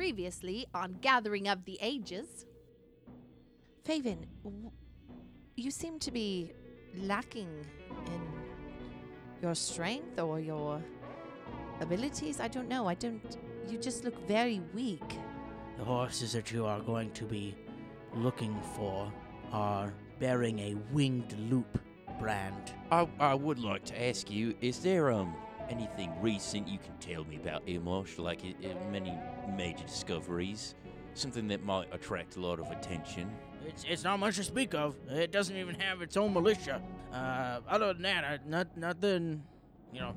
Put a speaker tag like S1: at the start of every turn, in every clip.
S1: previously on Gathering of the Ages.
S2: Faven, w- you seem to be lacking in your strength or your abilities. I don't know. I don't. You just look very weak.
S3: The horses that you are going to be looking for are bearing a winged loop brand.
S4: I, I would like to ask you, is there um anything recent you can tell me about Irmosh? Like i i- many major discoveries, something that might attract a lot of attention.
S3: It's, it's not much to speak of. It doesn't even have its own militia. Uh, other than that, I, not, nothing, you know.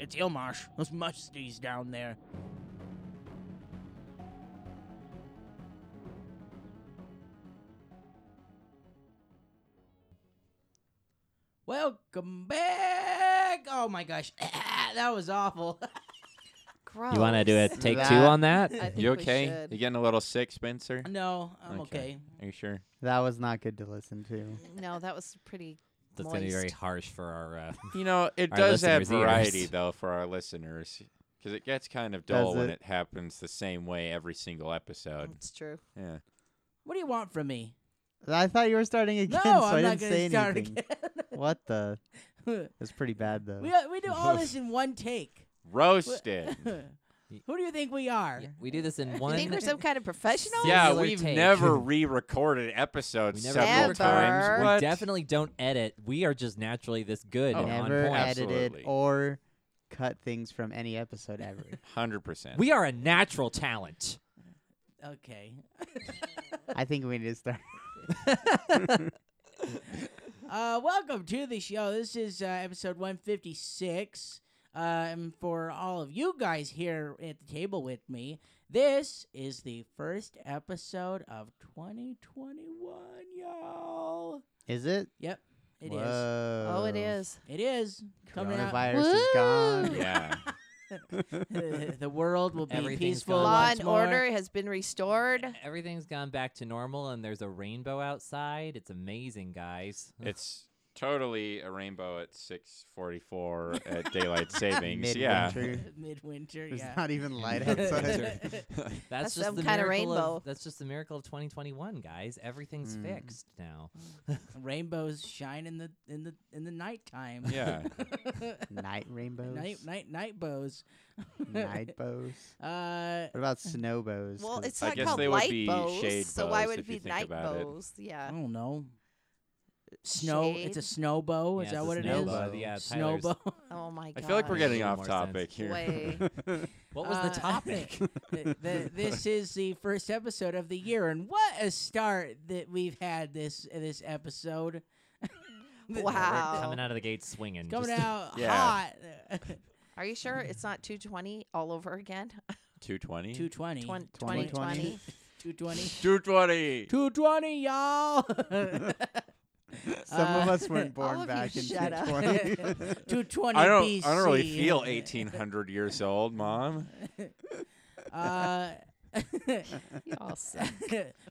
S3: It's Ilmarsh, those musties down there. Welcome back! Oh my gosh, that was awful.
S2: Gross.
S5: You want to do a take two
S6: That-
S5: on that?
S2: I think
S6: You
S2: we
S6: okay?
S2: should.
S6: You getting a little sick, Spencer?
S3: no, I'm okay.
S6: Okay. Are you sure?
S7: That was not good to listen to.
S2: No, that was pretty.
S5: That's going to be very
S2: moist.
S5: harsh for our. Uh,
S6: You know, it
S5: Our
S6: does have
S5: listeners' ears.
S6: variety though for our listeners, because it gets kind of
S7: Does
S6: dull when
S7: it?
S6: it happens the same way every single episode.
S2: It's true.
S5: Mm.
S6: Yeah.
S3: What do you want from me?
S7: I thought you were starting again,
S3: no,
S7: so
S3: I'm
S7: I
S3: not
S7: didn't
S3: gonna
S7: say
S3: start
S7: anything.
S3: again.
S7: What the?
S3: we,
S7: It's pretty bad though.
S3: we do all this in one take.
S6: Roasted.
S3: Who do you think we are?
S5: we do this in
S2: You
S5: one.
S2: think we're some kind of professional?
S6: yeah,
S5: Singular
S6: we've
S5: take.
S6: never re-recorded episodes
S5: We never
S6: several
S2: re-record.
S6: times.
S2: Never.
S5: we
S6: What?
S5: definitely don't edit. We are just naturally this good
S6: Oh,
S5: and on
S7: Never
S5: point.
S7: edited
S6: Absolutely.
S7: or cut things from any episode ever.
S6: Hundred percent.
S5: We are a natural talent.
S3: Okay.
S7: I think we need to start.
S3: Uh, welcome to the show. This is uh, episode 156. Uh, and for all of you guys here at the table with me, this is the first episode of 2021, y'all.
S7: Is it?
S3: Yep, it is.
S7: Whoa.
S2: Oh, it is.
S3: It is. Coming out.
S7: Coronavirus is gone.
S2: Woo!
S6: Yeah.
S3: the world will be
S5: Everything's
S3: peaceful.
S5: gone.
S2: Law
S3: once
S2: and
S3: more.
S2: order has been restored.
S5: Everything's gone back to normal, and there's a rainbow outside. It's amazing, guys.
S6: It's totally a rainbow at 6:44 at daylight savings. yeah.
S7: Midwinter.
S3: Midwinter,
S7: There's
S3: yeah.
S7: not even light outside.
S5: Midwinter.
S2: That's
S5: That's, just
S2: some
S5: the
S2: kind of
S5: miracle
S2: rainbow.
S5: that's just the miracle of 2021, guys. Everything's
S7: Mm.
S5: fixed now.
S3: Rainbows shine in the in the in the nighttime.
S6: Yeah.
S7: night rainbows.
S3: night night night bows.
S7: Night bows.
S3: Uh,
S7: What about snow bows?
S2: Well,
S7: 'Cause
S2: it's
S6: I
S2: not
S6: guess
S2: called
S6: they would
S2: light
S6: be
S2: bows,
S6: shade
S2: so why
S6: bows
S2: would it
S6: if you
S2: be
S6: think
S2: night
S6: about it.
S2: bows?
S3: I
S2: Yeah.
S3: don't know. Snow. It's a
S2: Shade.
S3: snow bow. Oh, Is that
S5: Yeah, it's a
S3: what it
S5: snow
S3: is?
S5: bow. Yeah,
S3: Snow
S5: Tyler's-
S3: bow.
S2: Oh my
S6: I
S2: god.
S6: feel like we're getting
S5: Makes a
S6: off
S5: little more sense.
S6: topic here.
S2: Way.
S5: What was
S3: Uh,
S5: the topic?
S3: Th- th- this is the first episode of the year, and what a start that we've had this this episode. Th-
S2: Wow.
S5: We're coming out of the gate swinging.
S3: Coming
S5: just-
S3: out
S6: Yeah.
S3: hot.
S2: Are you sure it's not 220 all over again?
S6: 220.
S3: 220.
S2: Twen-
S7: 2020.
S3: 220.
S2: 2020.
S6: 220.
S3: 220, y'all.
S7: Some of
S3: Uh,
S7: us weren't
S2: all
S7: born
S2: of
S7: back
S2: you
S7: in
S2: shut up.
S7: 2020.
S3: 220
S6: I don't.
S3: BC.
S6: I don't really feel 1800 years old, Mom.
S3: Uh,
S2: Y'all suck.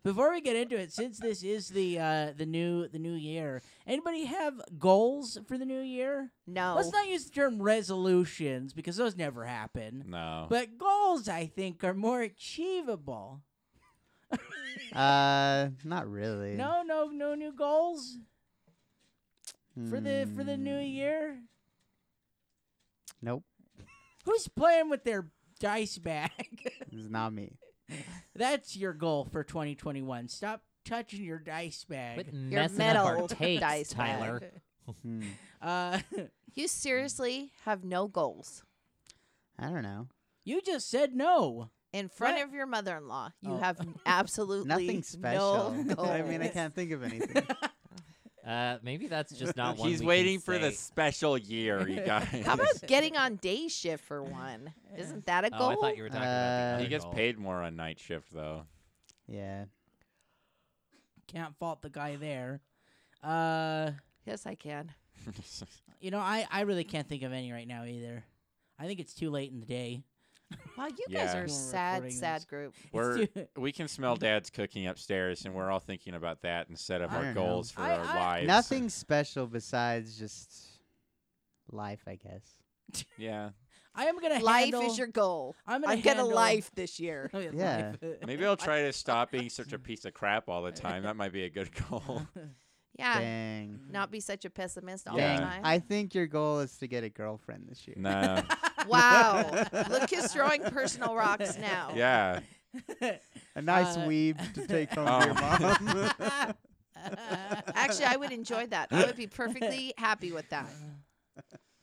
S3: before we get into it, since this is the uh, the new the new year, anybody have goals for the new year?
S2: No.
S3: Let's not use the term resolutions because those never happen.
S6: No.
S3: But goals, I think, are more achievable.
S7: uh, not really.
S3: No, no, no new goals for the for the new
S6: Mm.
S7: Hmm,
S3: year.
S7: Nope,
S3: Who's playing with their dice bag?
S7: it's not me.
S3: That's your goal for 2021. Stop touching your dice bag.
S5: Quit
S2: Your
S5: messing up
S2: metal
S5: our takes,
S2: dice bag.
S5: Tyler.
S7: Hmm.
S3: Uh,
S2: You seriously have no goals.
S7: I don't know.
S3: you just said no.
S2: In front
S3: What?
S2: of your mother-in-law, you
S3: Oh.
S2: have absolutely
S7: Nothing special.
S2: No
S7: I mean, I
S2: goals.
S7: can't think of anything.
S5: Uh, maybe that's just not one.
S6: He's
S5: we can
S6: waiting for the
S5: say.
S6: special year, you guys.
S2: How about getting on day shift for one? Isn't that a goal?
S5: Oh, I thought you were talking about the
S7: Uh,
S5: other
S6: he gets
S5: goal.
S6: paid more on night shift though.
S7: yeah.
S3: Can't fault the guy there. Uh,
S2: yes, I can.
S3: you know, I, I really can't think of any right now either. I think it's too late in the day.
S2: Wow, you guys
S6: Yeah.
S2: are
S3: We're
S2: sad,
S3: recording
S2: sad
S3: this.
S2: group.
S3: It's
S6: We're-
S3: too-
S6: we can smell Dad's cooking upstairs, and we're all thinking about that instead of
S7: I
S6: our
S7: don't know.
S6: goals for
S3: I-
S6: our
S3: I-
S6: lives.
S7: Nothing special besides just life, I guess.
S6: Yeah.
S3: I am gonna
S1: Life
S3: handle.
S1: is your goal.
S3: I'm gonna
S1: I'm gonna
S3: handle-
S1: life this year.
S3: Oh, yeah.
S7: Yeah.
S3: life.
S6: Maybe I'll try to stop being such a piece of crap all the time. That might be a good goal.
S3: Ah.
S2: Yeah.
S7: Dang.
S2: Not be such a pessimist all
S6: Yeah.
S2: the
S7: Dang.
S2: time.
S7: I think your goal is to get a girlfriend this year.
S6: no.
S2: wow. Look who's throwing personal rocks now.
S6: Yeah.
S7: A nice
S3: Uh,
S7: weave to take home to your
S6: Oh.
S7: mom.
S2: Actually, I would enjoy that. I would be perfectly happy with that.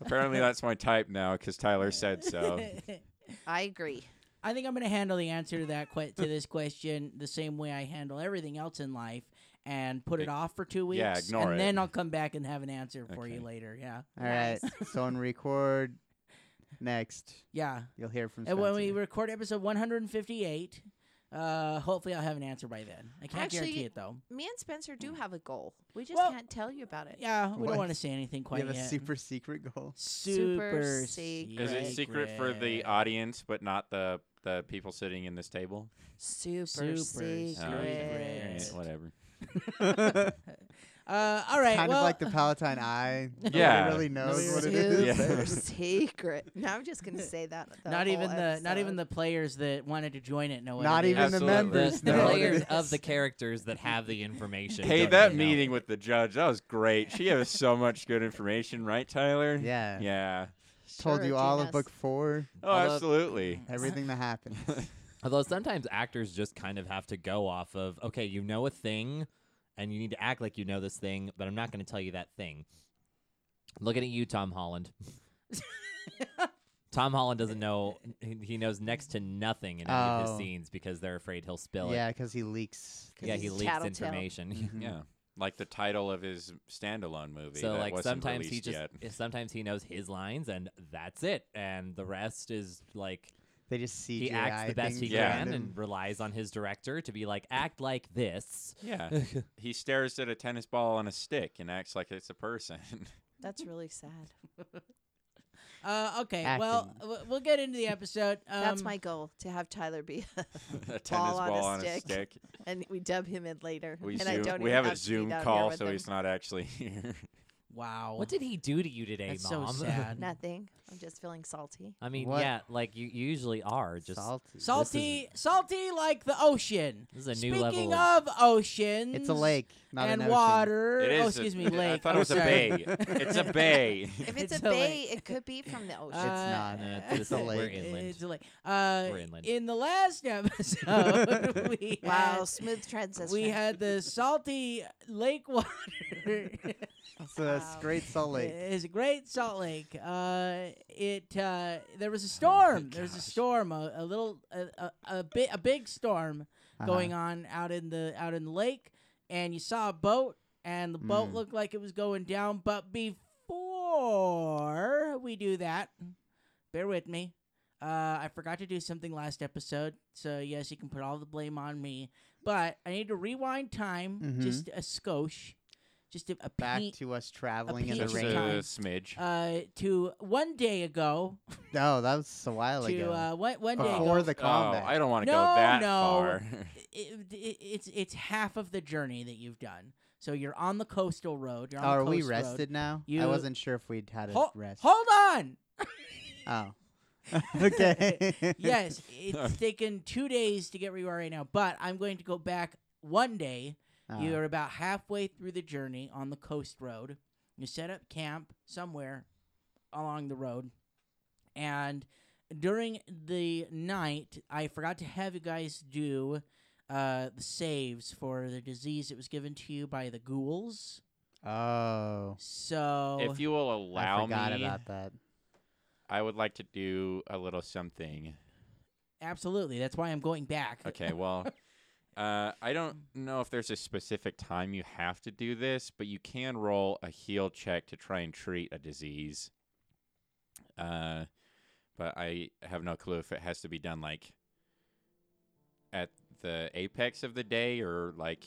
S6: Apparently that's my type now because Tyler said so.
S2: I agree.
S3: I think I'm going to handle the answer to that que- to this question the same way I handle everything else in life and put it
S6: Ig-
S3: off for two weeks.
S6: yeah, ignore
S3: and
S6: it.
S3: then I'll come back and have an answer for you
S6: Okay.
S3: later. Yeah,
S7: All right. So on record next,
S3: yeah.
S7: you'll hear from
S3: And
S7: Spencer.
S3: when we record episode 158, uh, hopefully I'll have an answer by then. I can't
S2: Actually,
S3: guarantee it though.
S2: Me and Spencer do have a goal. We just
S3: Well-
S2: can't tell you about it.
S3: Yeah, we don't
S7: What?
S3: want to say anything
S7: you
S3: quite
S7: have a
S3: yet.
S7: super secret goal.
S3: super,
S2: Super
S3: secret.
S6: Is it secret for the uh, audience but not the the people sitting in this table?
S2: Super,
S3: Super
S2: secret.
S6: Oh,
S3: secret.
S6: Eh, whatever.
S3: Uh, all right.
S7: kind
S3: well,
S7: of like the Palatine Eye. Nobody
S6: Yeah.
S7: really knows what it
S2: Super
S7: is.
S6: Yeah.
S2: secret. Now I'm just gonna say that. the
S3: not even
S2: whole
S3: the not even
S2: episode.
S3: the players that wanted to join it know. What
S7: Not
S3: it
S7: even
S3: is.
S7: the
S6: Absolutely.
S7: members.
S5: the
S7: know what it
S5: players
S7: is.
S5: of the characters that have the information.
S6: Hey,
S5: don't
S6: that
S5: even know.
S6: meeting with the judge, that was great. She has so much good information, right, Tyler?
S7: Yeah.
S6: Yeah.
S7: Told
S2: Sure,
S7: you all
S2: Genius.
S7: of book four,
S6: Oh,
S5: Although-
S6: absolutely.
S7: everything that happened.
S5: Although sometimes actors just kind of have to go off of, okay, you know a thing, and you need to act like you know this thing, but I'm not going to tell you that thing. Looking at you, Tom Holland. Tom Holland doesn't know; he he knows next to nothing in any of his
S7: Oh.
S5: scenes because they're afraid he'll spill
S7: yeah, because he leaks.
S5: it. Yeah, he
S2: he's
S5: leaks
S2: tattletale.
S5: information.
S7: Mhm.
S6: Yeah. Like the title of his standalone movie.
S5: Mm-hmm. so
S6: that
S5: like
S6: wasn't
S5: sometimes he
S6: released
S5: just
S6: yet.
S5: sometimes he knows his lines and that's it, and the rest is like
S7: They just CGI
S5: he acts the best
S7: E things
S5: he
S6: Yeah.
S5: can
S7: around
S5: and,
S7: him.
S5: relies on his director to be like act like this.
S6: Yeah. he stares at a tennis ball on a stick and acts like it's a person.
S2: That's really sad.
S3: Uh, okay. Well,
S7: Acting.
S3: w- we'll get into the episode. Um,
S2: That's my goal to have Tyler be,
S6: a tennis
S2: Ball on a
S6: ball on a
S2: stick.
S6: stick.
S2: and we dub him in later.
S6: We,
S2: and
S6: zoom,
S2: I don't
S6: we
S2: even
S6: have
S2: have
S6: a
S2: to be down
S6: Zoom
S2: here
S6: call,
S2: with
S6: so
S2: him.
S6: he's not actually here.
S3: wow.
S5: What did he do to you today,
S3: Oh. That's
S5: mom?
S3: so sad.
S2: Nothing. I'm just feeling salty.
S5: I mean,
S7: What?
S5: yeah, like you usually are. Just
S7: salty.
S3: salty, salty like the ocean.
S5: this is a new
S3: Speaking
S5: level.
S3: of oceans,
S7: It's a lake, not
S3: and
S7: an ocean.
S3: water.
S6: It is.
S3: oh,
S6: a-
S3: excuse me,
S6: it-
S3: lake.
S6: I thought
S3: I'm
S6: it was
S3: sorry.
S6: a bay. It's a bay.
S2: If it's,
S3: It's
S2: a
S3: a
S2: bay,
S3: lake.
S2: it could be from the ocean.
S7: It's not.
S3: Uh,
S5: It's
S7: a
S3: we're
S7: lake.
S5: inland.
S3: It's a lake. Uh,
S5: We're inland.
S3: In the last episode, we
S2: wow,
S3: had-
S2: smooth transition.
S3: we had the salty lake water.
S7: It's a s-
S2: Wow.
S7: great salt lake.
S3: It's a great Salt Lake. Uh, it uh, there
S7: Oh,
S3: was a storm. there was a
S6: gosh.
S3: storm. A, a little a a, a, bi- a big storm
S7: Uh-huh.
S3: going on out in the out in the lake, and you saw a boat, and the boat
S7: Mm.
S3: looked like it was going down. But before we do that, bear with me. Uh, I forgot to do something last episode, so yes, you can put all the blame on me. But I need to rewind time
S7: Mhm.
S3: just a skosh, just a, a
S7: Back
S3: peen-
S7: to us traveling in the
S3: peach
S6: Just a
S7: rain.
S3: time.
S6: smidge.
S3: uh, to one day ago.
S7: No, Oh, that was a while
S3: to
S7: ago.
S3: uh, one, one day ago.
S7: Before the combat.
S6: Oh, I don't want to
S3: No,
S6: go that
S3: no.
S6: far.
S3: it, it, it's it's half of the journey that you've done. So you're on the coastal road. You're on
S7: Oh, are
S3: the coast
S7: we
S3: road.
S7: rested now?
S3: You-
S7: I wasn't sure if we'd had a
S3: Hol-
S7: rest.
S3: Hold on.
S7: oh. okay.
S3: yes, it's taken two days to get where you are right now, but I'm going to go back one day.
S7: Uh,
S6: Uh-huh.
S3: You are about halfway through the journey on the coast road. You set up camp somewhere along the road. And during the night, I forgot to have you guys do uh, the saves for the disease that was given to you by the ghouls.
S7: oh.
S3: So
S6: If you will allow
S7: I forgot
S6: me,
S7: about that.
S6: I would like to do a little something.
S3: absolutely, that's why I'm going back.
S6: Okay, well, uh, I don't know if there's a specific time you have to do this, but you can roll a heal check to try and treat a disease. Uh, but I have no clue if it has to be done like at the apex of the day or like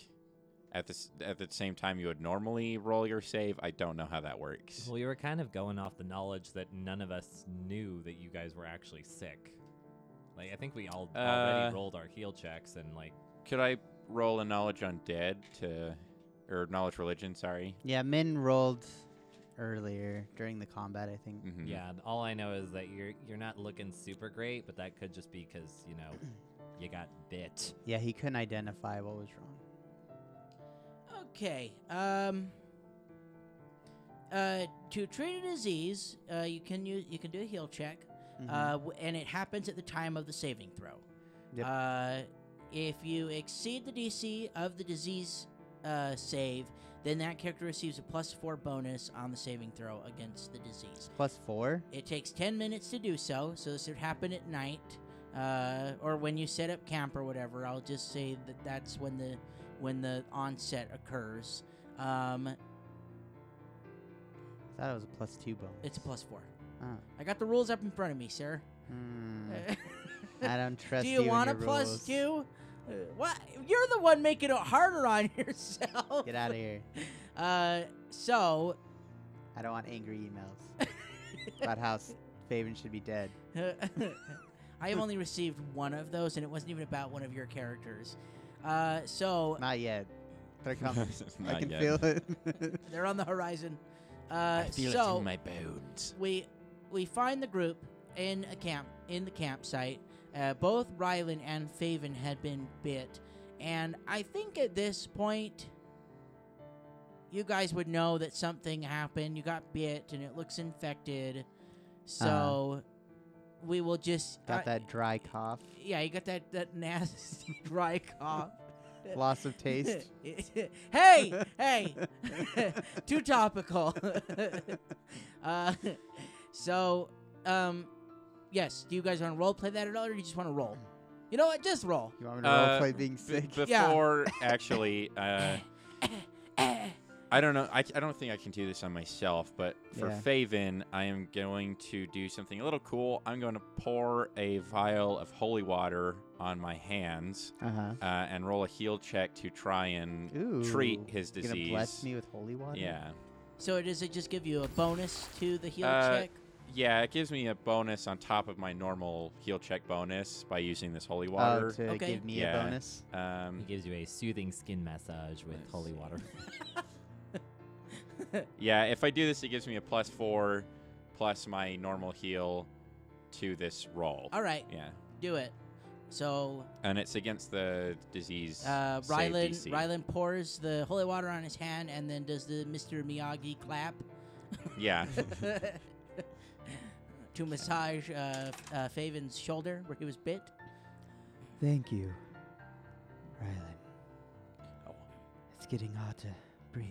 S6: at the s- at the same time you would normally roll your save. I don't know how that works.
S5: Well, you were kind of going off the knowledge that none of us knew that you guys were actually sick. Like I think we all
S6: Uh,
S5: already rolled our heal checks and like
S6: Could I roll a knowledge undead to or knowledge religion? Sorry.
S7: Yeah, Min rolled earlier during the combat, I think.
S6: Mhm.
S5: Yeah, th- all I know is that you're you're not looking super great, but that could just be because you know you got bit.
S7: Yeah, he couldn't identify what was wrong.
S3: Okay. Um. Uh, to treat a disease, uh, you can use you can do a heal check,
S7: Mhm.
S3: uh, w- and it happens at the time of the saving throw.
S7: Yep.
S3: Uh, if you exceed the DC of the disease uh, save, then that character receives a plus four bonus on the saving throw against the disease.
S7: Plus four.
S3: It takes 10 minutes to do so, so this would happen at night uh, or when you set up camp or whatever. I'll just say that that's when the when the onset occurs. Um,
S7: I thought it was a plus two bonus.
S3: it's a plus four.
S7: Ah.
S3: I got the rules up in front of me, sir.
S7: Hmm. I don't trust
S3: Do
S7: you
S3: you
S7: and
S3: want a
S7: your
S3: plus
S7: rules.
S3: two? Uh, what? You're the one making it harder on yourself.
S7: Get out of here.
S3: Uh, so
S7: I don't want angry emails about how s- Faven should be dead.
S3: I have only received one of those, and it wasn't even about one of your characters. Uh, so
S7: Not yet. They're coming. I
S6: Not
S7: can
S6: yet.
S7: feel it.
S3: they're on the horizon. Uh,
S4: I feel
S3: so
S4: it in my bones.
S3: we we find the group in a camp in the campsite. Uh, both Rylan and Faven had been bit, and I think at this point, you guys would know that something happened. You got bit, and it looks infected. So we will just
S7: Uh-huh. Got
S3: I-
S7: that dry cough.
S3: Yeah, you got that that nasty dry cough.
S7: Loss of taste.
S3: hey, hey, too topical. uh, so, um, yes. Do you guys want to role play that at all, or do you just want to roll? You know what? Just roll.
S7: You want me to
S6: Uh,
S7: roleplay being sick?
S6: B-
S3: Yeah.
S6: before actually, uh, I don't know. I, I don't think I can do this on myself, but for
S7: Yeah.
S6: Faven, I am going to do something a little cool. I'm going to pour a vial of holy water on my hands
S7: Uh huh.
S6: uh, and roll a heal check to try and
S7: Ooh.
S6: treat his
S7: you
S6: disease.
S7: Gonna bless me with holy water. Uh,
S6: Yeah,
S3: So does it just give you a bonus to the heal
S6: Uh,
S3: check?
S6: yeah. It gives me a bonus on top of my normal heal check bonus by using this holy
S7: Oh,
S6: water.
S7: to
S3: Okay.
S7: give me
S6: Yeah.
S7: a bonus.
S6: um,
S5: He gives you a soothing skin massage with
S6: Nice.
S5: holy water.
S6: Yeah, if I do this, it gives me a plus four, plus my normal heal to this roll.
S3: All right,
S6: Yeah,
S3: do it. So,
S6: and it's against the disease.
S3: uh,
S6: save
S3: Rylan
S6: DC.
S3: Rylan pours the holy water on his hand and then does the Mr. Miyagi clap.
S6: Yeah.
S3: to massage uh, uh, Faven's shoulder where he was bit.
S7: Thank you, Rylan.
S6: Oh.
S7: It's getting hard to breathe.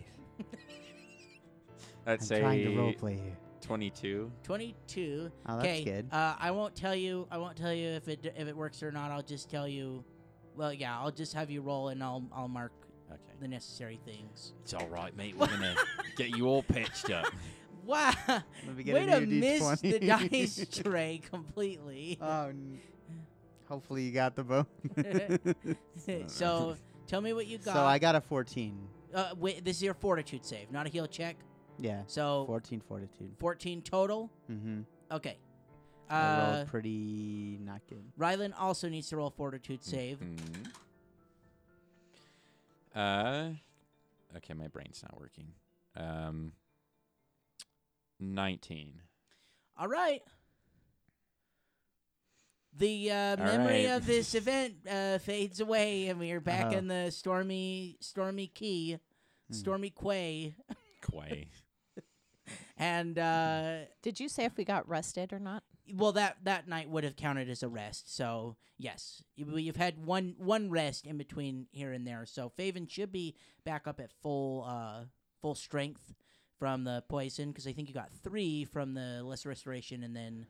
S6: That's
S7: I'm trying to
S6: a
S7: roleplay here.
S6: twenty-two.
S3: 22.
S7: Oh, that's
S3: Okay.
S7: good.
S3: Uh, I won't tell you. I won't tell you if it if it works or not. I'll just tell you. Well, yeah. I'll just have you roll, and I'll I'll mark
S6: Okay.
S3: the necessary things.
S4: It's all right, mate. We're gonna get you all patched up.
S3: Wow!
S7: Let me get
S3: Way
S7: a
S3: to
S7: new
S3: miss
S7: D20.
S3: the dice tray completely.
S7: Oh, n- hopefully you got the bone.
S3: so tell me what you got.
S7: so I got a 14.
S3: Uh, wait, this is your fortitude save, not a heal check.
S7: Yeah,
S3: So
S7: 14 fortitude.
S3: 14 total.
S7: Mm-hmm.
S3: Okay.
S7: I
S3: Uh,
S7: rolled pretty not good.
S3: Rylan also needs to roll fortitude
S7: Mm,
S3: save.
S6: Mhm. Uh, okay, my brain's not working. Um, nineteen.
S3: All right. The uh, memory
S6: right.
S3: of this event uh, fades away, and we are back
S7: Uh-huh.
S3: in the stormy, stormy key,
S7: Hmm.
S3: stormy quay,
S6: Quay.
S3: and uh,
S2: Did you say if we got rested or not?
S3: well, that that night would have counted as a rest. So yes, you- we- you've had one one rest in between here and there. So Faven should be back up at full uh, full strength from the poison because I think you got three from the lesser restoration, and then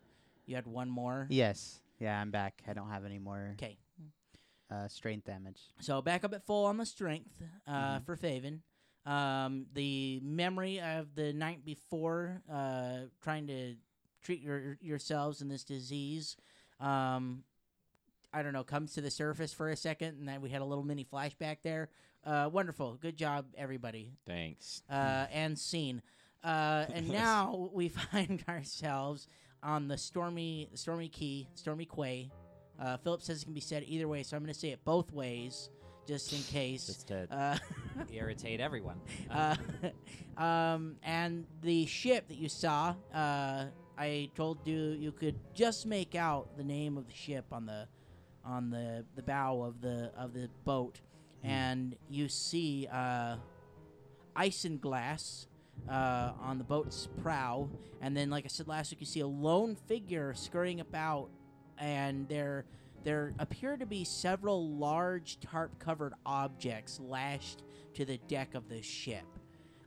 S3: you had one more.
S7: Yes. Yeah, I'm back. I don't have any more
S3: Okay.
S7: uh, strain damage.
S3: So back up at full on the strength uh, for Faven. Um, the memory of the night before uh, trying to treat your, yourselves in this disease, um, I don't know, comes to the surface for a second, and then we had a little mini flashback there. Uh, wonderful, good job, everybody,
S6: Thanks.
S3: uh, and scene. Uh, and now we find ourselves on the stormy, stormy key, stormy quay. Uh, Philip says it can be said either way, so I'm going to say it both ways just in case.
S5: just to
S3: Uh,
S5: irritate everyone.
S3: uh, um, and the ship that you saw, uh, I told you you could just make out the name of the ship on the on the, the bow of the of the boat, and you see uh, isinglass uh, on the boat's prow, and then like I said last week, you see a lone figure scurrying about, and there there appear to be several large tarp covered objects lashed to the deck of the ship.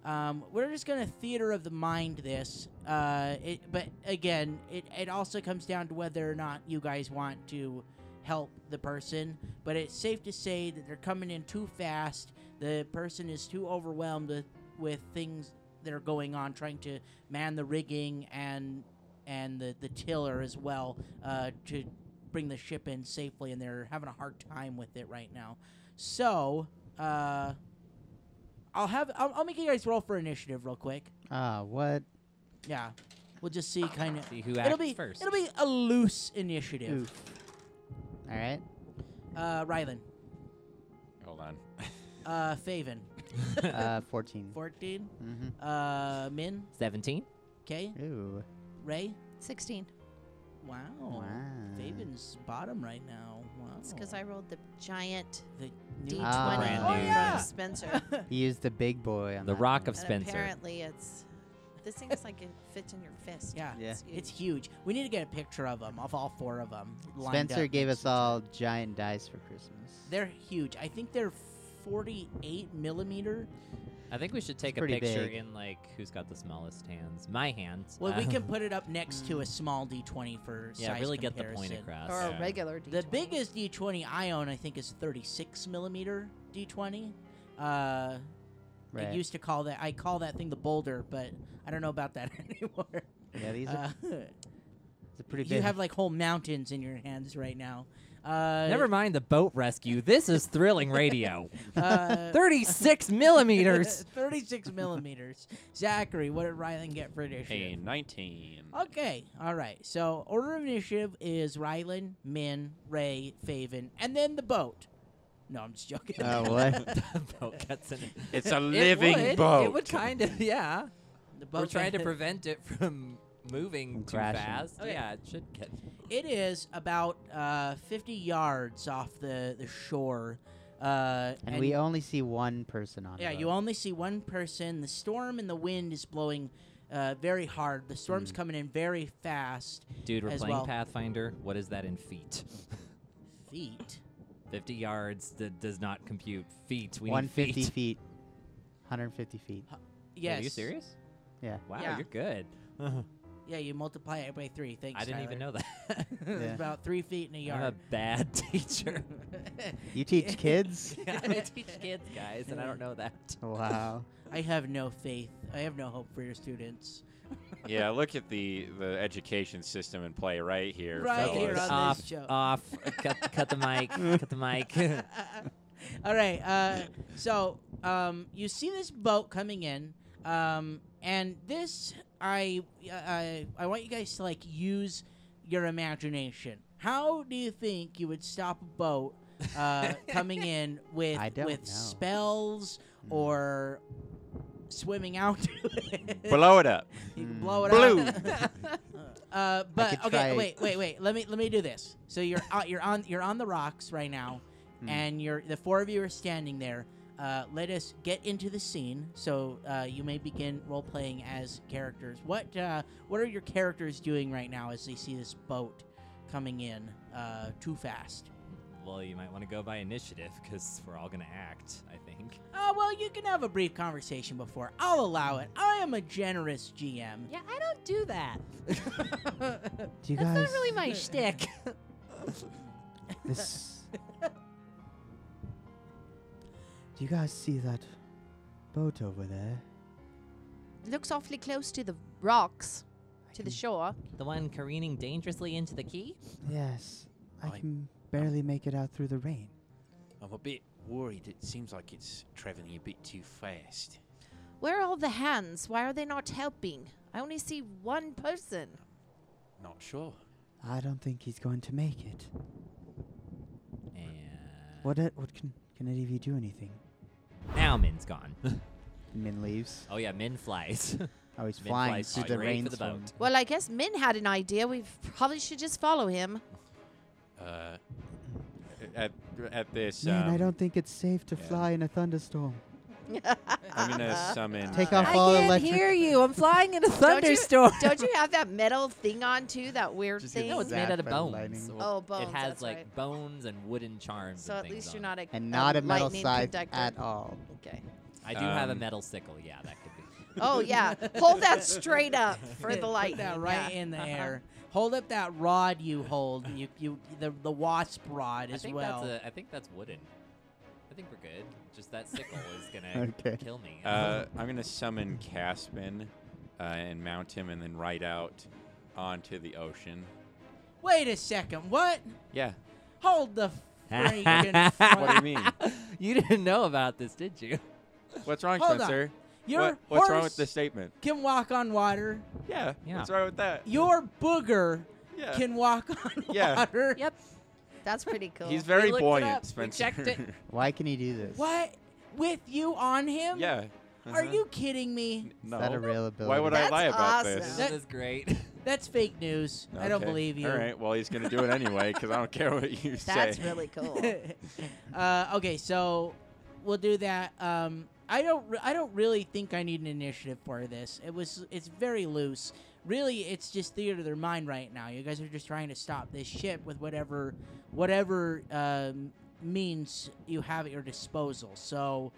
S3: Um, we're just gonna theater of the mind this, uh, it, but again, it, it also comes down to whether or not you guys want to help the person. But it's safe to say that they're coming in too fast. The person is too overwhelmed with, with things that are going on, trying to man the rigging and and the, the tiller as well uh, to bring the ship in safely, and they're having a hard time with it right now. So. Uh, I'll have I'll, I'll make you guys roll for initiative real quick.
S7: Ah, what?
S3: Yeah, we'll just see kind of.
S5: See who acts
S3: It'll be
S5: first.
S3: it'll be a loose initiative.
S7: Oof. All right.
S3: Uh, Rylan,
S6: Hold on.
S3: uh, Faven,
S7: Uh, 14.
S3: fourteen.
S7: Mm-hmm.
S3: Uh, Min,
S5: Seventeen.
S3: okay.
S7: Ooh.
S3: Ray,
S1: 16.
S3: wow.
S7: Wow.
S3: Faven's bottom right now. Wow.
S1: It's because I rolled the giant
S3: The
S1: D20
S3: new
S7: Ah.
S1: from
S5: Brand new. Oh, yeah.
S1: Spencer.
S7: He used the big boy on
S5: The
S7: that
S5: Rock
S7: one.
S5: of
S1: and
S5: Spencer.
S1: apparently it's. This thing's like it fits in your fist.
S3: Yeah.
S7: Yeah.
S1: It's huge.
S3: It's huge. We need to get a picture of them, of all four of them.
S7: Spencer gave us all giant dice for Christmas.
S3: They're huge. I think they're 48 millimeter.
S5: I think we should take a
S7: pretty
S5: picture
S7: big.
S5: in like who's got the smallest hands. My hands.
S3: Well, we
S5: Uh,
S3: can put it up next to a small D20 for
S5: yeah,
S3: size
S5: really get the
S3: comparison.
S5: point across.
S1: Or a
S6: Yeah.
S1: regular D20.
S3: The biggest D20 I own, I think, is 36 millimeter D20. Uh, I
S7: Right.
S3: used to call that. I call that thing the boulder, but I don't know about that anymore.
S7: yeah, these are
S3: Uh,
S7: these are pretty big.
S3: you have like whole mountains in your hands right now. Uh,
S5: Never mind the boat rescue. This is thrilling radio.
S3: Uh,
S5: 36 millimeters.
S3: 36 millimeters. Zachary, what did Rylan get for
S6: A
S3: initiative?
S6: 19.
S3: Oh, Okay, all right. So order of initiative is Rylan, Min, Ray, Faven, and then the boat. No, I'm just joking.
S7: Oh, what?
S5: the boat cuts in.
S6: It's a
S5: It
S6: living
S5: would,
S6: boat.
S5: It would kind of, yeah.
S3: The boat
S5: We're trying to
S3: got-
S5: prevent it from moving
S7: From
S5: too
S7: crashing.
S5: fast.
S3: Okay.
S5: Yeah, it should get.
S3: It is about uh, 50 yards off the, the shore. Uh,
S7: and, we only see one person on
S3: Yeah,
S7: the
S3: you
S7: boat.
S3: only see one person. The storm and the wind is blowing uh, very hard. The
S7: Hmm.
S3: storm's coming in very fast.
S5: Dude, we're
S3: As
S5: playing
S3: well.
S5: Pathfinder. What is that in feet?
S3: Feet.
S5: 50 yards that does not compute. Feet. We
S7: 150
S5: need
S7: feet.
S5: feet.
S7: 150 feet.
S3: Yes.
S5: Are you serious?
S7: Yeah.
S5: Wow,
S3: Yeah.
S5: you're good.
S3: Yeah, you multiply it by three. Thanks.
S5: I didn't even know that.
S3: it's
S7: Yeah.
S3: about three feet in a
S5: I'm a
S3: yard.
S5: bad teacher.
S7: You teach kids?
S5: I teach kids, guys, and I don't know that.
S7: wow.
S3: I have no faith. I have no hope for your students.
S6: yeah, look at the the education system in play right here.
S3: Right here
S6: fellas.
S3: on
S5: off,
S3: this show.
S5: off, cut, cut the mic, cut the mic.
S3: All right. Uh, so um, you see this boat coming in, um, and this I, uh, I I want you guys to like use your imagination. How do you think you would stop a boat uh, coming in with
S7: I don't
S3: with
S7: know. Hmm.
S3: spells or swimming out to it?
S6: Blow it up.
S3: You can
S7: Mm.
S3: blow it
S6: Blue.
S3: up. Uh, but
S7: could
S3: okay,
S7: try-
S3: wait, wait, wait. Let me let me do this. So you're out, you're on you're on the rocks right now,
S7: Mm.
S3: and you're the four of you are standing there. Uh, let us get into the scene. So uh, you may begin role playing as characters. What uh, what are your characters doing right now as they see this boat coming in uh, too fast?
S5: well, you might want to go by initiative because we're all gonna act. I think.
S3: Uh, well, you can have a brief conversation before. I'll allow it. I am a generous GM.
S1: Yeah, I don't do that.
S7: Do you
S1: That's
S7: guys.
S1: not really my shtick.
S7: This. Do you guys see that boat over there?
S1: Looks awfully close to the rocks,
S7: I
S1: to the
S7: can-
S1: shore.
S5: The one careening dangerously into the key.
S7: Yes. I
S4: I-
S7: can barely make it out through the rain.
S4: I'm a bit worried. It seems like it's traveling a bit too fast.
S1: Where are all the hands? Why are they not helping? I only see one person.
S4: Not sure.
S7: I don't think he's going to make it.
S5: And
S7: What, e- what can, Can any of you do anything?
S5: Now Min's gone.
S7: Min leaves.
S5: oh yeah, Min flies.
S7: Oh, he's
S5: Min
S7: flying
S5: flies
S7: through the
S5: straight for the
S7: rainstorm.
S5: boat.
S1: Well, I guess Min had an idea. We probably should just follow him.
S6: Uh, at at this,
S7: Man,
S6: um,
S7: I don't think it's safe to
S6: yeah.
S7: fly in a thunderstorm.
S6: I'm
S3: Uh-huh.
S6: gonna summon.
S7: Take
S6: uh,
S7: off all electric.
S2: you. I'm flying in a
S1: thunderstorm. Don't you have that metal thing on too? That weird
S7: Just get
S1: thing.
S5: no, it's made
S7: Zapped
S5: out of
S7: by
S5: bones.
S7: lightning.
S5: Well,
S1: Oh, bones,
S5: It has
S1: that's
S5: like
S1: right.
S5: bones and wooden charms.
S1: so
S5: and
S1: at
S5: things
S1: least
S5: on it.
S1: you're not a
S7: And not a metal
S1: lightning
S7: scythe
S1: conductor.
S7: at all.
S1: Okay.
S5: I do have a
S6: Um,
S5: metal sickle. Yeah, that could be.
S1: Oh yeah, hold that straight up for
S3: Put
S1: the lightning.
S3: that right
S1: yeah.
S3: in the air. Hold up that rod you hold. You you the the wasp rod
S5: I
S3: as
S5: think
S3: well.
S5: that's a, I think that's wooden. I think we're good. Just that sickle is gonna
S7: Okay.
S5: kill me.
S6: Uh, I'm gonna summon Caspin, uh, and mount him, and then ride out onto the ocean.
S3: Wait a second. What?
S6: Yeah.
S3: Hold the freaking.
S6: What do you
S3: front.
S6: mean?
S5: you didn't know about this, did you?
S6: What's wrong,
S3: Hold on.
S6: Spencer?
S3: Your
S6: What- what's wrong
S3: horse
S6: with this statement?
S3: Can walk on water.
S6: Yeah.
S5: Yeah.
S6: What's wrong with that?
S3: Your booger
S6: yeah.
S3: can walk on
S6: Uh, Yeah.
S3: water.
S1: Yep. That's pretty cool.
S6: He's very
S5: looked it up.
S6: buoyant,
S5: We
S6: Spencer.
S5: checked it.
S7: Why can he do this?
S3: What? With you on him?
S6: yeah.
S3: Are
S6: uh-huh.
S3: you kidding me?
S6: N-
S7: Is
S6: No.
S7: that a real ability?
S6: Why would
S1: That's
S6: I lie about
S1: awesome.
S6: this?
S1: That-
S5: This is great.
S3: That's fake news. I don't
S6: Okay.
S3: believe you.
S6: All right. Well, he's gonna do it anyway because I don't care what you say.
S1: That's really cool.
S3: uh, okay, so we'll do that. Um, I don't. Re- I don't really think I need an initiative for this. It was. It's very loose. Really, it's just theater of their mind right now. You guys are just trying to stop this ship with whatever, whatever um, means you have at your disposal. So,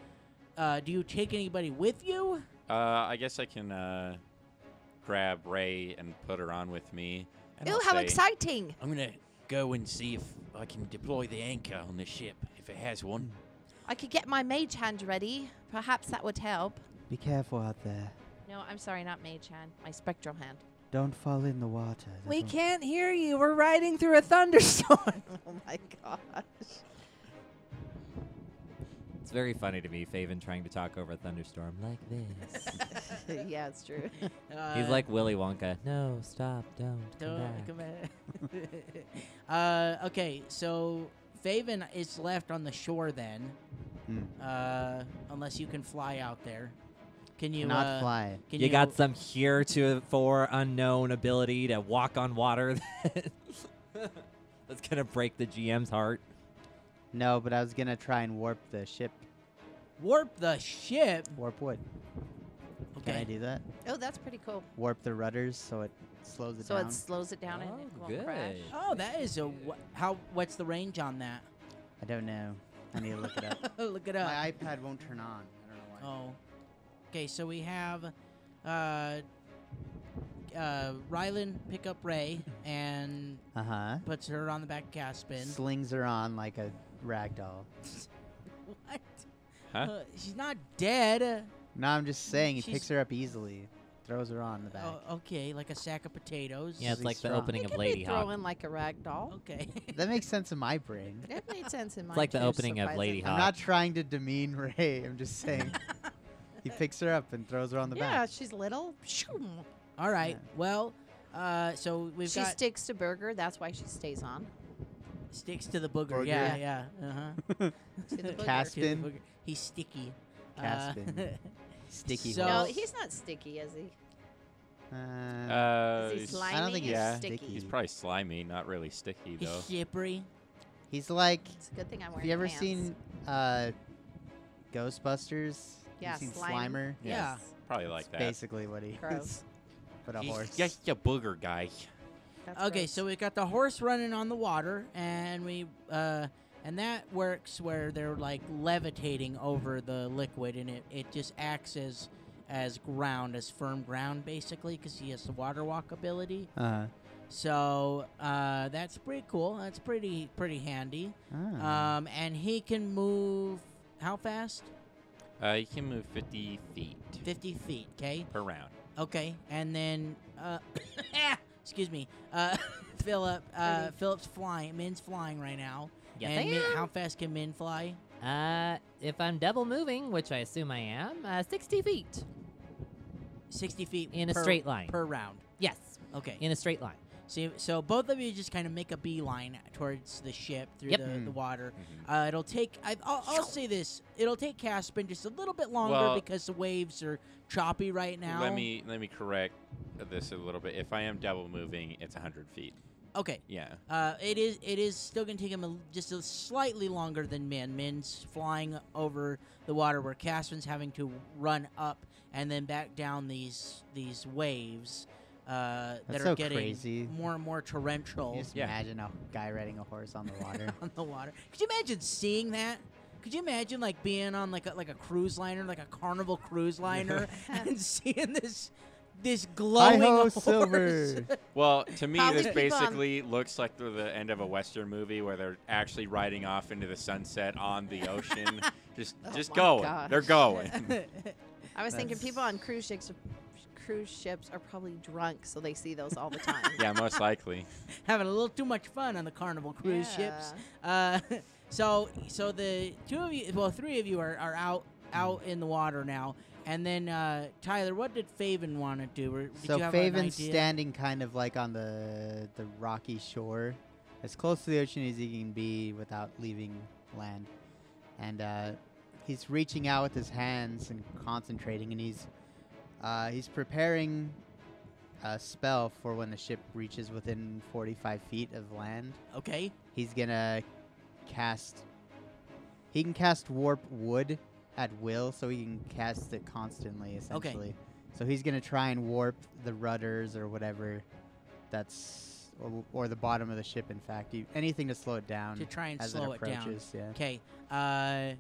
S3: uh, do you take anybody with you?
S6: Uh, I guess I can uh, grab Ray and put her on with me. and
S1: Ew,
S6: I'll
S1: how
S6: say,
S1: exciting!
S4: I'm gonna go and see if I can deploy the anchor on the ship if it has one.
S1: I could get my mage hand ready. Perhaps that would help.
S7: Be careful out there.
S1: No, I'm sorry, not mage hand. My spectrum hand.
S7: Don't fall in the water.
S2: We can't hear you. We're riding through a thunderstorm.
S1: Oh my gosh.
S5: it's very funny to me, Faven trying to talk over a thunderstorm like this.
S1: yeah, it's true.
S3: Uh,
S5: He's like Willy Wonka. No, stop, don't. Come
S3: Don't
S5: back.
S3: come back. uh, okay, so Faven is left on the shore then.
S7: Mm.
S3: Uh, unless you can fly out there. Can you
S7: not
S3: uh,
S7: fly.
S3: Can
S5: You got some heretofore unknown ability to walk on water that- that's gonna break the GM's heart.
S7: No, but I was gonna try and warp the ship.
S3: warp the ship.
S7: Warp wood. Can I
S3: Okay.
S7: do that?
S1: Oh, that's pretty cool.
S7: Warp the rudders so it slows it
S1: So
S7: down.
S1: it slows it down and
S5: Oh,
S1: it won't
S5: good.
S1: crash.
S3: Oh, that is a wh- how? What's the range on that?
S7: I don't know. I need to look it up.
S3: Look it up.
S7: My iPad won't turn on. I don't know why.
S3: Oh, okay. So we have, uh, uh, Rylan pick up Ray and
S7: Uh huh.
S3: puts her on the back of Caspin.
S7: Slings are on like a rag doll.
S3: What?
S6: Huh?
S3: Uh, she's not dead. Uh,
S7: No, I'm just saying he
S3: She's-
S7: picks her up easily, throws her on the back.
S3: Oh, okay, like a sack of potatoes.
S5: Yeah, it's
S7: Really
S5: like the
S7: strong.
S5: opening
S1: You
S5: of
S1: could
S5: Lady
S1: be
S5: Hawk.
S1: throwing like a rag doll.
S3: Okay.
S7: That makes sense in my brain.
S1: That made sense in my.
S5: like the opening of Lady
S7: I'm
S5: Hawk.
S7: not trying to demean Ray. I'm just saying he picks her up and throws her on the
S1: Yeah,
S7: back.
S1: she's little. Shoom.
S3: All right.
S7: Yeah.
S3: Well, uh, so we've
S1: She
S3: got
S1: sticks to burger. That's why she stays on.
S3: sticks to the booger.
S7: Booger.
S3: Yeah, yeah. Uh-huh. To
S1: To the booger.
S7: Cast-
S3: the
S7: Caspin.
S3: booger. He's sticky. Uh,
S7: Caspin. Sticky.
S3: So-
S1: No,
S7: horse.
S1: he's not sticky, is he?
S7: Uh,
S6: Uh,
S1: Is he
S6: he's-
S1: slimy?
S7: I don't think he's
S6: yeah,
S7: sticky.
S6: He's probably slimy, not really sticky
S3: he's
S6: though.
S3: slippery.
S7: He's like.
S1: It's a good thing I'm
S7: Have
S1: wearing.
S7: you ever
S1: pants.
S7: seen uh, Ghostbusters?
S1: Yeah,
S7: You've seen
S1: slime.
S7: Slimer.
S3: Yeah.
S1: Yes.
S6: Probably
S7: That's
S6: like that.
S7: Basically, what he
S1: Gross.
S7: is. But a
S6: He's
S7: horse.
S6: just a booger guy.
S1: That's
S3: Okay,
S1: gross.
S3: so we've got the horse running on the water, and we uh, and that works where they're like levitating over the liquid, and it, it just acts as as ground, as firm ground, basically, because he has the water walk ability.
S7: Uh,
S3: So uh, that's pretty cool. That's pretty pretty handy.
S7: ah.
S3: Um, and he can move how fast?
S6: Uh, he can move 50 feet
S3: 50 feet, okay?
S6: per round.
S3: Okay. And then, uh, excuse me, uh, Philip, uh, Philip's flying, Min's flying right now.
S5: Yes,
S3: and
S5: I
S3: Min,
S5: am.
S3: how fast can Min fly?
S5: Uh, if I'm double moving, which I assume I am, uh, 60 feet
S3: 60 feet
S5: in a
S3: per-
S5: straight line.
S3: per round.
S5: yes,
S3: Okay.
S5: in a straight line.
S3: So, you- so both of you just kind of make a beeline towards the ship through
S5: Yep.
S3: the, the water.
S6: Mhm.
S3: Uh, it'll take. I, I'll, I'll say this: it'll take Caspin just a little bit longer
S6: Well-
S3: because the waves are choppy right now.
S6: Let me let me correct this a little bit. If I am double moving, it's 100 feet.
S3: Okay.
S6: Yeah.
S3: Uh, it is. It is still gonna take him a, just a slightly longer than Min. Min's flying over the water, where Caspin's having to run up and then back down these these waves uh, that
S7: That's
S3: are
S7: so
S3: getting
S7: crazy.
S3: more and more torrential
S7: Can you just
S6: Yeah.
S7: imagine a guy riding a horse on the water.
S3: on the water. Could you imagine seeing that? Could you imagine like being on like a, like a cruise liner, like a Carnival cruise liner, and seeing this this glowing
S7: Hi-ho,
S3: horse?
S7: silver.
S6: Well, to me,
S1: Probably
S6: this
S1: keep on-
S6: basically looks like the, the end of a western movie where they're actually riding off into the sunset on the ocean. just
S2: Oh
S6: just
S2: my
S6: going. They're
S2: gosh.
S6: going.
S1: I was thinking
S7: That's-
S1: people on cruise ships, cruise ships are probably drunk, so they see those all the time.
S6: yeah, most likely.
S3: Having a little too much fun on the Carnival cruise ships.
S1: Yeah.
S3: Uh, so so the two of you, well, three of you are, are out out in the water now. And then uh, Tyler, what did Faven want to do? Or did
S7: so
S3: you have an
S7: Faven's
S3: idea?
S7: standing kind of like on the the rocky shore, as close to the ocean as he can be without leaving land, and uh, he's reaching out with his hands and concentrating, and he's uh, he's preparing a spell for when the ship reaches within 45 feet of land.
S3: Okay.
S7: He's gonna cast. He can cast warp wood at will, so he can cast it constantly, essentially. So he's gonna try and warp the rudders or whatever, that's or, or the bottom of the ship. In fact, you, anything to slow it down
S3: To try and
S7: as
S3: slow
S7: it
S3: it down.
S7: approaches. Yeah.
S3: Okay. Uh,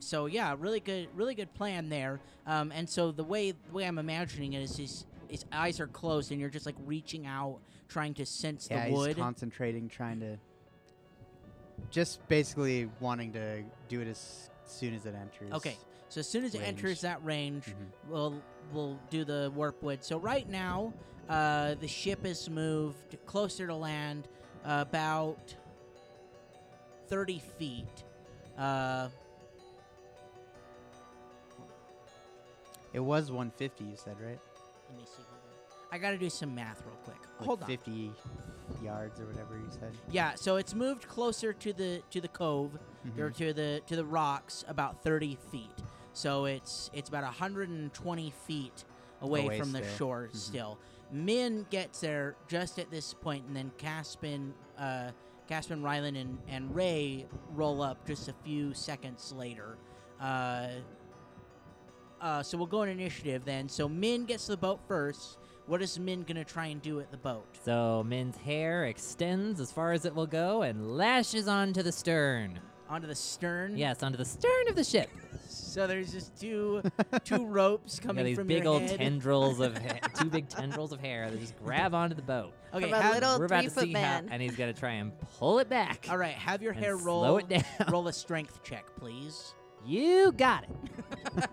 S3: so yeah, really good, really good plan there. Um, and so the way the way I'm imagining it is his his eyes are closed, and you're just like reaching out, trying to sense
S7: yeah,
S3: the wood.
S7: he's concentrating, trying to. Just basically wanting to do it as soon as it enters.
S3: Okay. so as soon as it
S7: range.
S3: enters that range,
S7: Mhm.
S3: we'll we'll do the warp wood. So right now, uh, the ship is moved closer to land, uh, about thirty feet. Uh,
S7: It was 150, you said, right?
S3: let me see. Hold on. I got to do some math real quick.
S7: Like
S3: hold on.
S7: 50 yards or whatever you said.
S3: Yeah, so it's moved closer to the to the cove
S7: Mm-hmm.
S3: or to the to the rocks about 30 feet. So it's it's about 120 feet away,
S7: Away
S3: from the
S7: still.
S3: shore
S7: Mhm.
S3: still. Min gets there just at this point, and then Caspin, uh, Caspin, Rylan, and, and Ray roll up just a few seconds later. Uh, uh, so we'll go in initiative then. So Min gets to the boat first. What is Min gonna try and do at the boat?
S5: So Min's hair extends as far as it will go and lashes onto the stern.
S3: Onto the stern.
S5: Yes, onto the stern of the ship.
S3: So there's just two two ropes
S5: Yeah,
S3: coming
S5: these
S3: from
S5: big
S3: your
S5: old
S3: head.
S5: tendrils of ha- two big tendrils of hair that just grab onto the boat.
S3: Okay,
S1: From a
S3: have-
S1: Little
S5: We're about to
S1: three-foot
S5: see
S1: man.
S5: how, and he's gonna try and pull it back.
S3: all right, have your
S5: and
S3: hair roll.
S5: Slow it down.
S3: roll a strength check, please.
S5: You got it.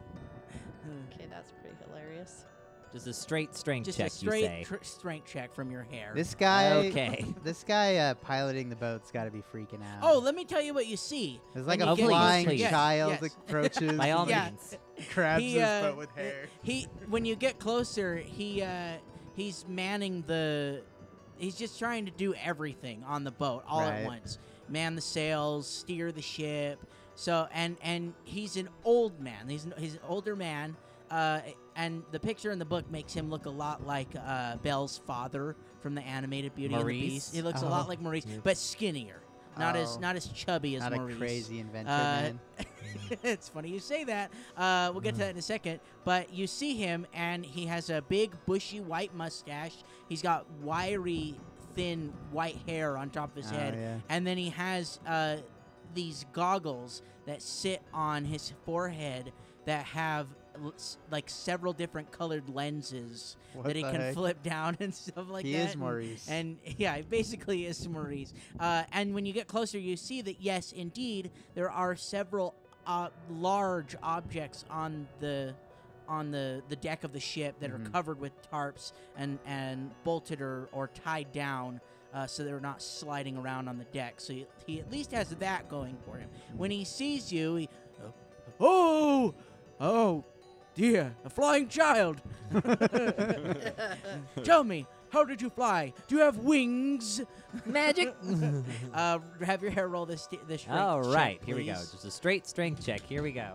S1: Okay, that's pretty hilarious.
S5: Just a straight strength
S3: Just
S5: check,
S3: a straight
S5: you say.
S3: tr- strength check from your hair.
S7: This guy.
S5: okay.
S7: This guy uh, piloting the boat's got to be freaking out.
S3: oh, let me tell you what you see.
S7: There's like
S3: when
S7: a
S5: you get-
S7: flying
S5: Please, please.
S7: child
S3: Yes, yes.
S7: approaches.
S5: By all
S7: and
S3: Yeah.
S5: means.
S7: grabs
S3: He,
S7: his
S3: uh,
S7: butt with hair.
S3: He when you get closer, he uh he's manning the he's just trying to do everything on the boat all at
S7: Right.
S3: once. Man the sails, steer the ship. So and and he's an old man. He's an, he's an older man. Uh, and the picture in the book makes him look a lot like uh, Belle's father from the animated Beauty and the
S5: Maurice?
S3: Beast. He looks a
S7: Oh.
S3: lot like Maurice,
S7: Yeah.
S3: but skinnier. Not as
S7: Oh.
S3: not as chubby as
S7: Not
S3: Maurice.
S7: a crazy inventor,
S3: Uh,
S7: man.
S3: it's funny you say that. Uh,
S7: Mm-hmm.
S3: we'll get to that in a second. But you see him, and he has a big, bushy white mustache. He's got wiry, thin white hair on top of his
S7: Oh,
S3: head.
S7: yeah.
S3: And then he has uh, these goggles that sit on his forehead that have l- s- like several different colored lenses
S7: What
S3: that he
S7: the
S3: can
S7: heck?
S3: flip down and stuff like
S7: he
S3: that.
S7: is
S3: and-
S7: Maurice.
S3: and yeah, it basically is Maurice. Uh, and when you get closer, you see that yes, indeed, there are several uh, large objects on the on the, the deck of the ship that are
S7: Mhm.
S3: covered with tarps and and bolted or, or tied down. Uh, so they're not sliding around on the deck. So he, he at least has that going for him. When he sees you, he, oh, oh, dear, a flying child. Tell me, How did you fly? Do you have wings?
S5: Magic.
S3: Uh, have your hair roll this. St- this strength
S5: All
S3: check,
S5: right, here we go.
S3: please.
S5: Just a straight strength check. Here we go.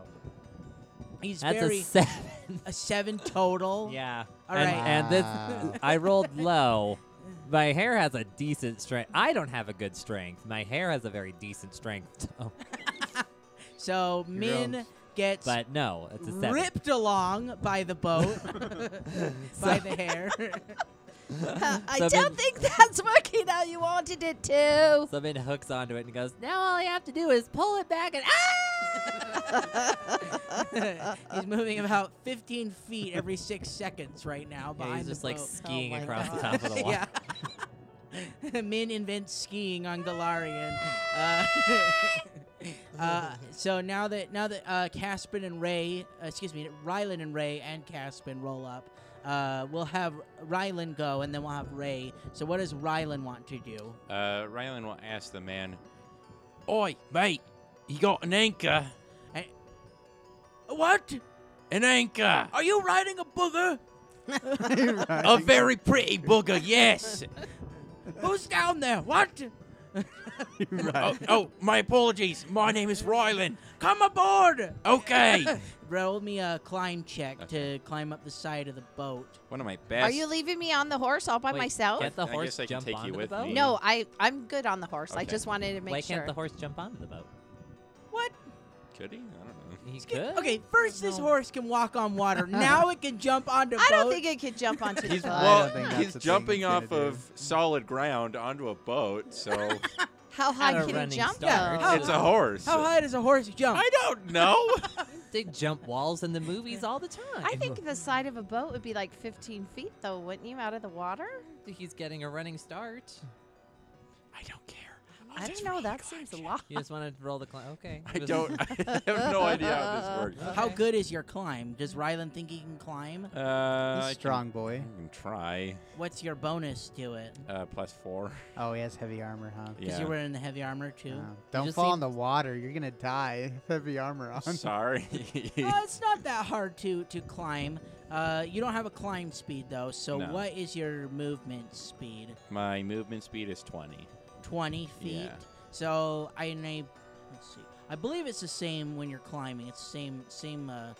S3: He's
S5: That's
S3: very
S5: a seven.
S3: a seven total.
S5: yeah.
S3: All
S5: and,
S3: right.
S5: and
S7: Wow.
S5: this, I rolled low. My hair has a decent strength. I don't have a good strength. My hair has a very decent strength. so-
S3: So Min
S7: rolls.
S3: gets
S5: But no, it's a seven.
S3: ripped along by the boat, by the hair.
S1: Uh, I
S5: So then-
S1: don't think that's working how you wanted it to.
S5: So Min hooks onto it and goes, now all I have to do is pull it back and ah!
S3: He's moving about 15 feet every six seconds right now
S5: Yeah,
S3: behind
S5: he's
S3: the
S5: just like
S3: boat. Oh
S5: skiing
S2: my
S5: across the
S2: God.
S5: top of the water.
S3: yeah. Min invents skiing on Galarian. Uh, uh, so now that now that uh, Caspin and Ray, uh, excuse me, Rylan and Ray and Caspin roll up, uh, we'll have Rylan go, and then we'll have Ray. So what does Rylan want to do?
S6: Uh, Rylan will ask the man.
S4: Oi, mate, you got an anchor?
S3: What?
S4: An anchor!
S3: Are you riding a booger? Oh,
S4: A very pretty booger, yes!
S3: Who's down there? What?
S4: oh, oh, my apologies. My name is Rylan.
S3: Come aboard!
S4: Okay.
S3: Roll me a climb check to climb up the side of the boat.
S6: One of my
S1: Are
S6: best.
S1: you leaving me on the horse all by
S5: Wait,
S1: myself?
S5: Can't the
S6: I guess
S5: horse
S6: I can
S5: jump
S6: take you
S5: onto
S6: with
S5: the boat?
S6: me.
S1: No, I I'm good on the horse. I
S6: Okay.
S1: just wanted to make
S5: Why
S1: sure.
S5: can't the horse jump onto the boat?
S6: Could he? I don't know.
S5: He could.
S3: Okay, first this horse can walk on water. now it can jump onto
S1: I don't
S3: boats.
S1: think it could jump onto the
S6: He's,
S1: boat.
S7: I
S6: well,
S7: don't think that's
S6: he's
S7: the thing
S6: jumping
S7: he's gonna
S6: off
S7: do.
S6: of solid ground onto a boat, so
S1: How
S5: Had
S1: high
S5: a
S1: can it
S5: running
S1: jump
S5: start.
S1: though?
S6: it's a horse.
S3: How high does a horse jump?
S6: I don't know.
S5: They jump walls in the movies all the time.
S1: I think the side of a boat would be like 15 feet though, wouldn't you? Out of the water?
S5: he's getting a running start.
S6: I don't care.
S1: I don't know. That seems a lot.
S5: You just want to roll the climb. Okay.
S6: I don't. I have no idea how this works.
S3: How good is your climb? Does Rylan think he can climb?
S6: Uh,
S7: He's
S6: I
S7: strong
S6: Can,
S7: boy.
S6: I can try.
S3: What's your bonus to it?
S6: Uh, plus four.
S7: Oh, he has heavy armor, huh?
S3: Because
S6: Yeah.
S3: you're wearing the heavy armor too.
S7: Wow. don't
S5: just
S7: fall
S5: seem-
S7: in the water. You're gonna die. with Heavy armor on.
S6: Sorry.
S3: Uh, it's not that hard to to climb. Uh, you don't have a climb speed though. So
S6: No.
S3: what is your movement speed?
S6: My movement speed is twenty.
S3: 20 feet.
S6: Yeah.
S3: So I and I let's see. I believe it's the same when you're climbing. It's same same. Uh,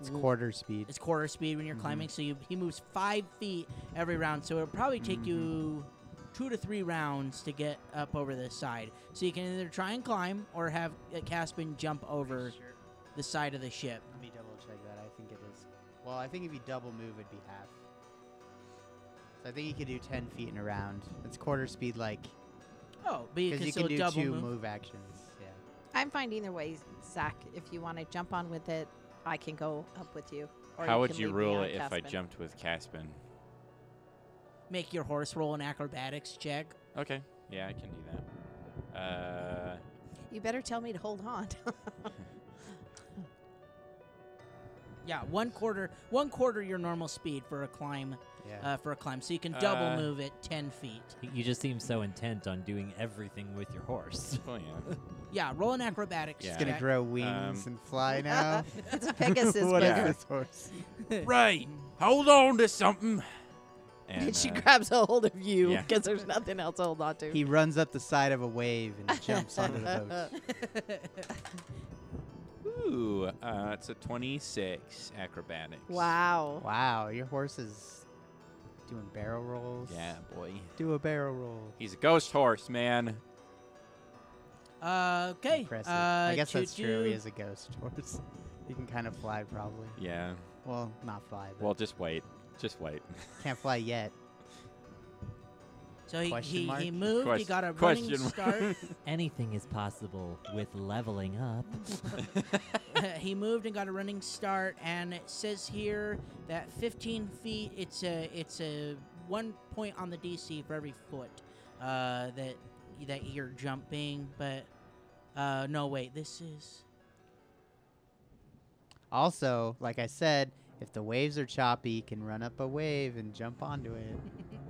S7: It's
S3: w-
S7: quarter speed.
S3: It's quarter speed when you're
S7: Mm-hmm.
S3: climbing. So you, he moves five feet every round. So it'll probably take you
S7: Mm-hmm.
S3: two to three rounds to get up over the side. So you can either try and climb or have uh, Caspin jump over the side of the ship.
S7: Let me double check that. I think it is. Well, I think if you double move, it'd be half. So I think you could do ten feet in a round. It's quarter speed, like
S3: Oh, but you
S7: because
S3: can
S7: you
S3: still
S7: can do
S3: double
S7: two
S3: move.
S7: move actions. Yeah.
S1: I'm fine either way, Zach. If you want to jump on with it, I can go up with you. Or
S6: How would
S1: can
S6: you
S1: leave me
S6: rule
S1: on
S6: it if I
S1: Caspian.
S6: jumped with Caspin?
S3: Make your horse roll an acrobatics check.
S6: Okay. Yeah, I can do that. Uh,
S1: You better tell me to hold on.
S3: Yeah, one quarter, one quarter your normal speed for a climb,
S7: Yeah.
S3: uh, for a climb. So you can double
S6: Uh,
S3: move it ten feet.
S5: You just seem so intent on doing everything with your horse.
S6: oh yeah.
S3: Yeah, roll an acrobatics.
S6: Yeah.
S7: It's
S6: He's
S7: gonna
S3: check.
S7: grow wings
S6: Um,
S7: and fly now.
S1: it's a Pegasus
S7: what is
S1: booger.
S7: this horse?
S4: Ray, hold on to something.
S1: And she
S6: uh,
S1: grabs a hold of you
S6: yeah.
S1: because there's nothing else to hold on to.
S7: He runs up the side of a wave and jumps onto the boat.
S6: Ooh, uh, it's a 26 acrobatics.
S1: wow.
S7: Wow, your horse is doing barrel rolls.
S6: Yeah, boy.
S7: Do a barrel roll.
S6: He's a ghost horse, man.
S3: Uh, okay.
S7: Impressive.
S3: Uh,
S7: I guess
S3: to
S7: that's true.
S3: do-
S7: He is a ghost horse. He can kind of fly, probably.
S6: Yeah.
S7: Well, not fly, but
S6: Well, just wait. Just wait.
S7: can't fly yet.
S3: So he,
S7: Question
S3: he,
S7: mark?
S3: he moved. he
S6: Quest-
S3: got a running
S6: question mark.
S3: start.
S5: Anything is possible with leveling up.
S3: he moved and got a running start, and it says here that 15 feet. It's a it's a one point on the DC for every foot uh, that that you're jumping. But uh, no, wait. This is
S7: Also, like I said, if the waves are choppy, you can run up a wave and jump onto it.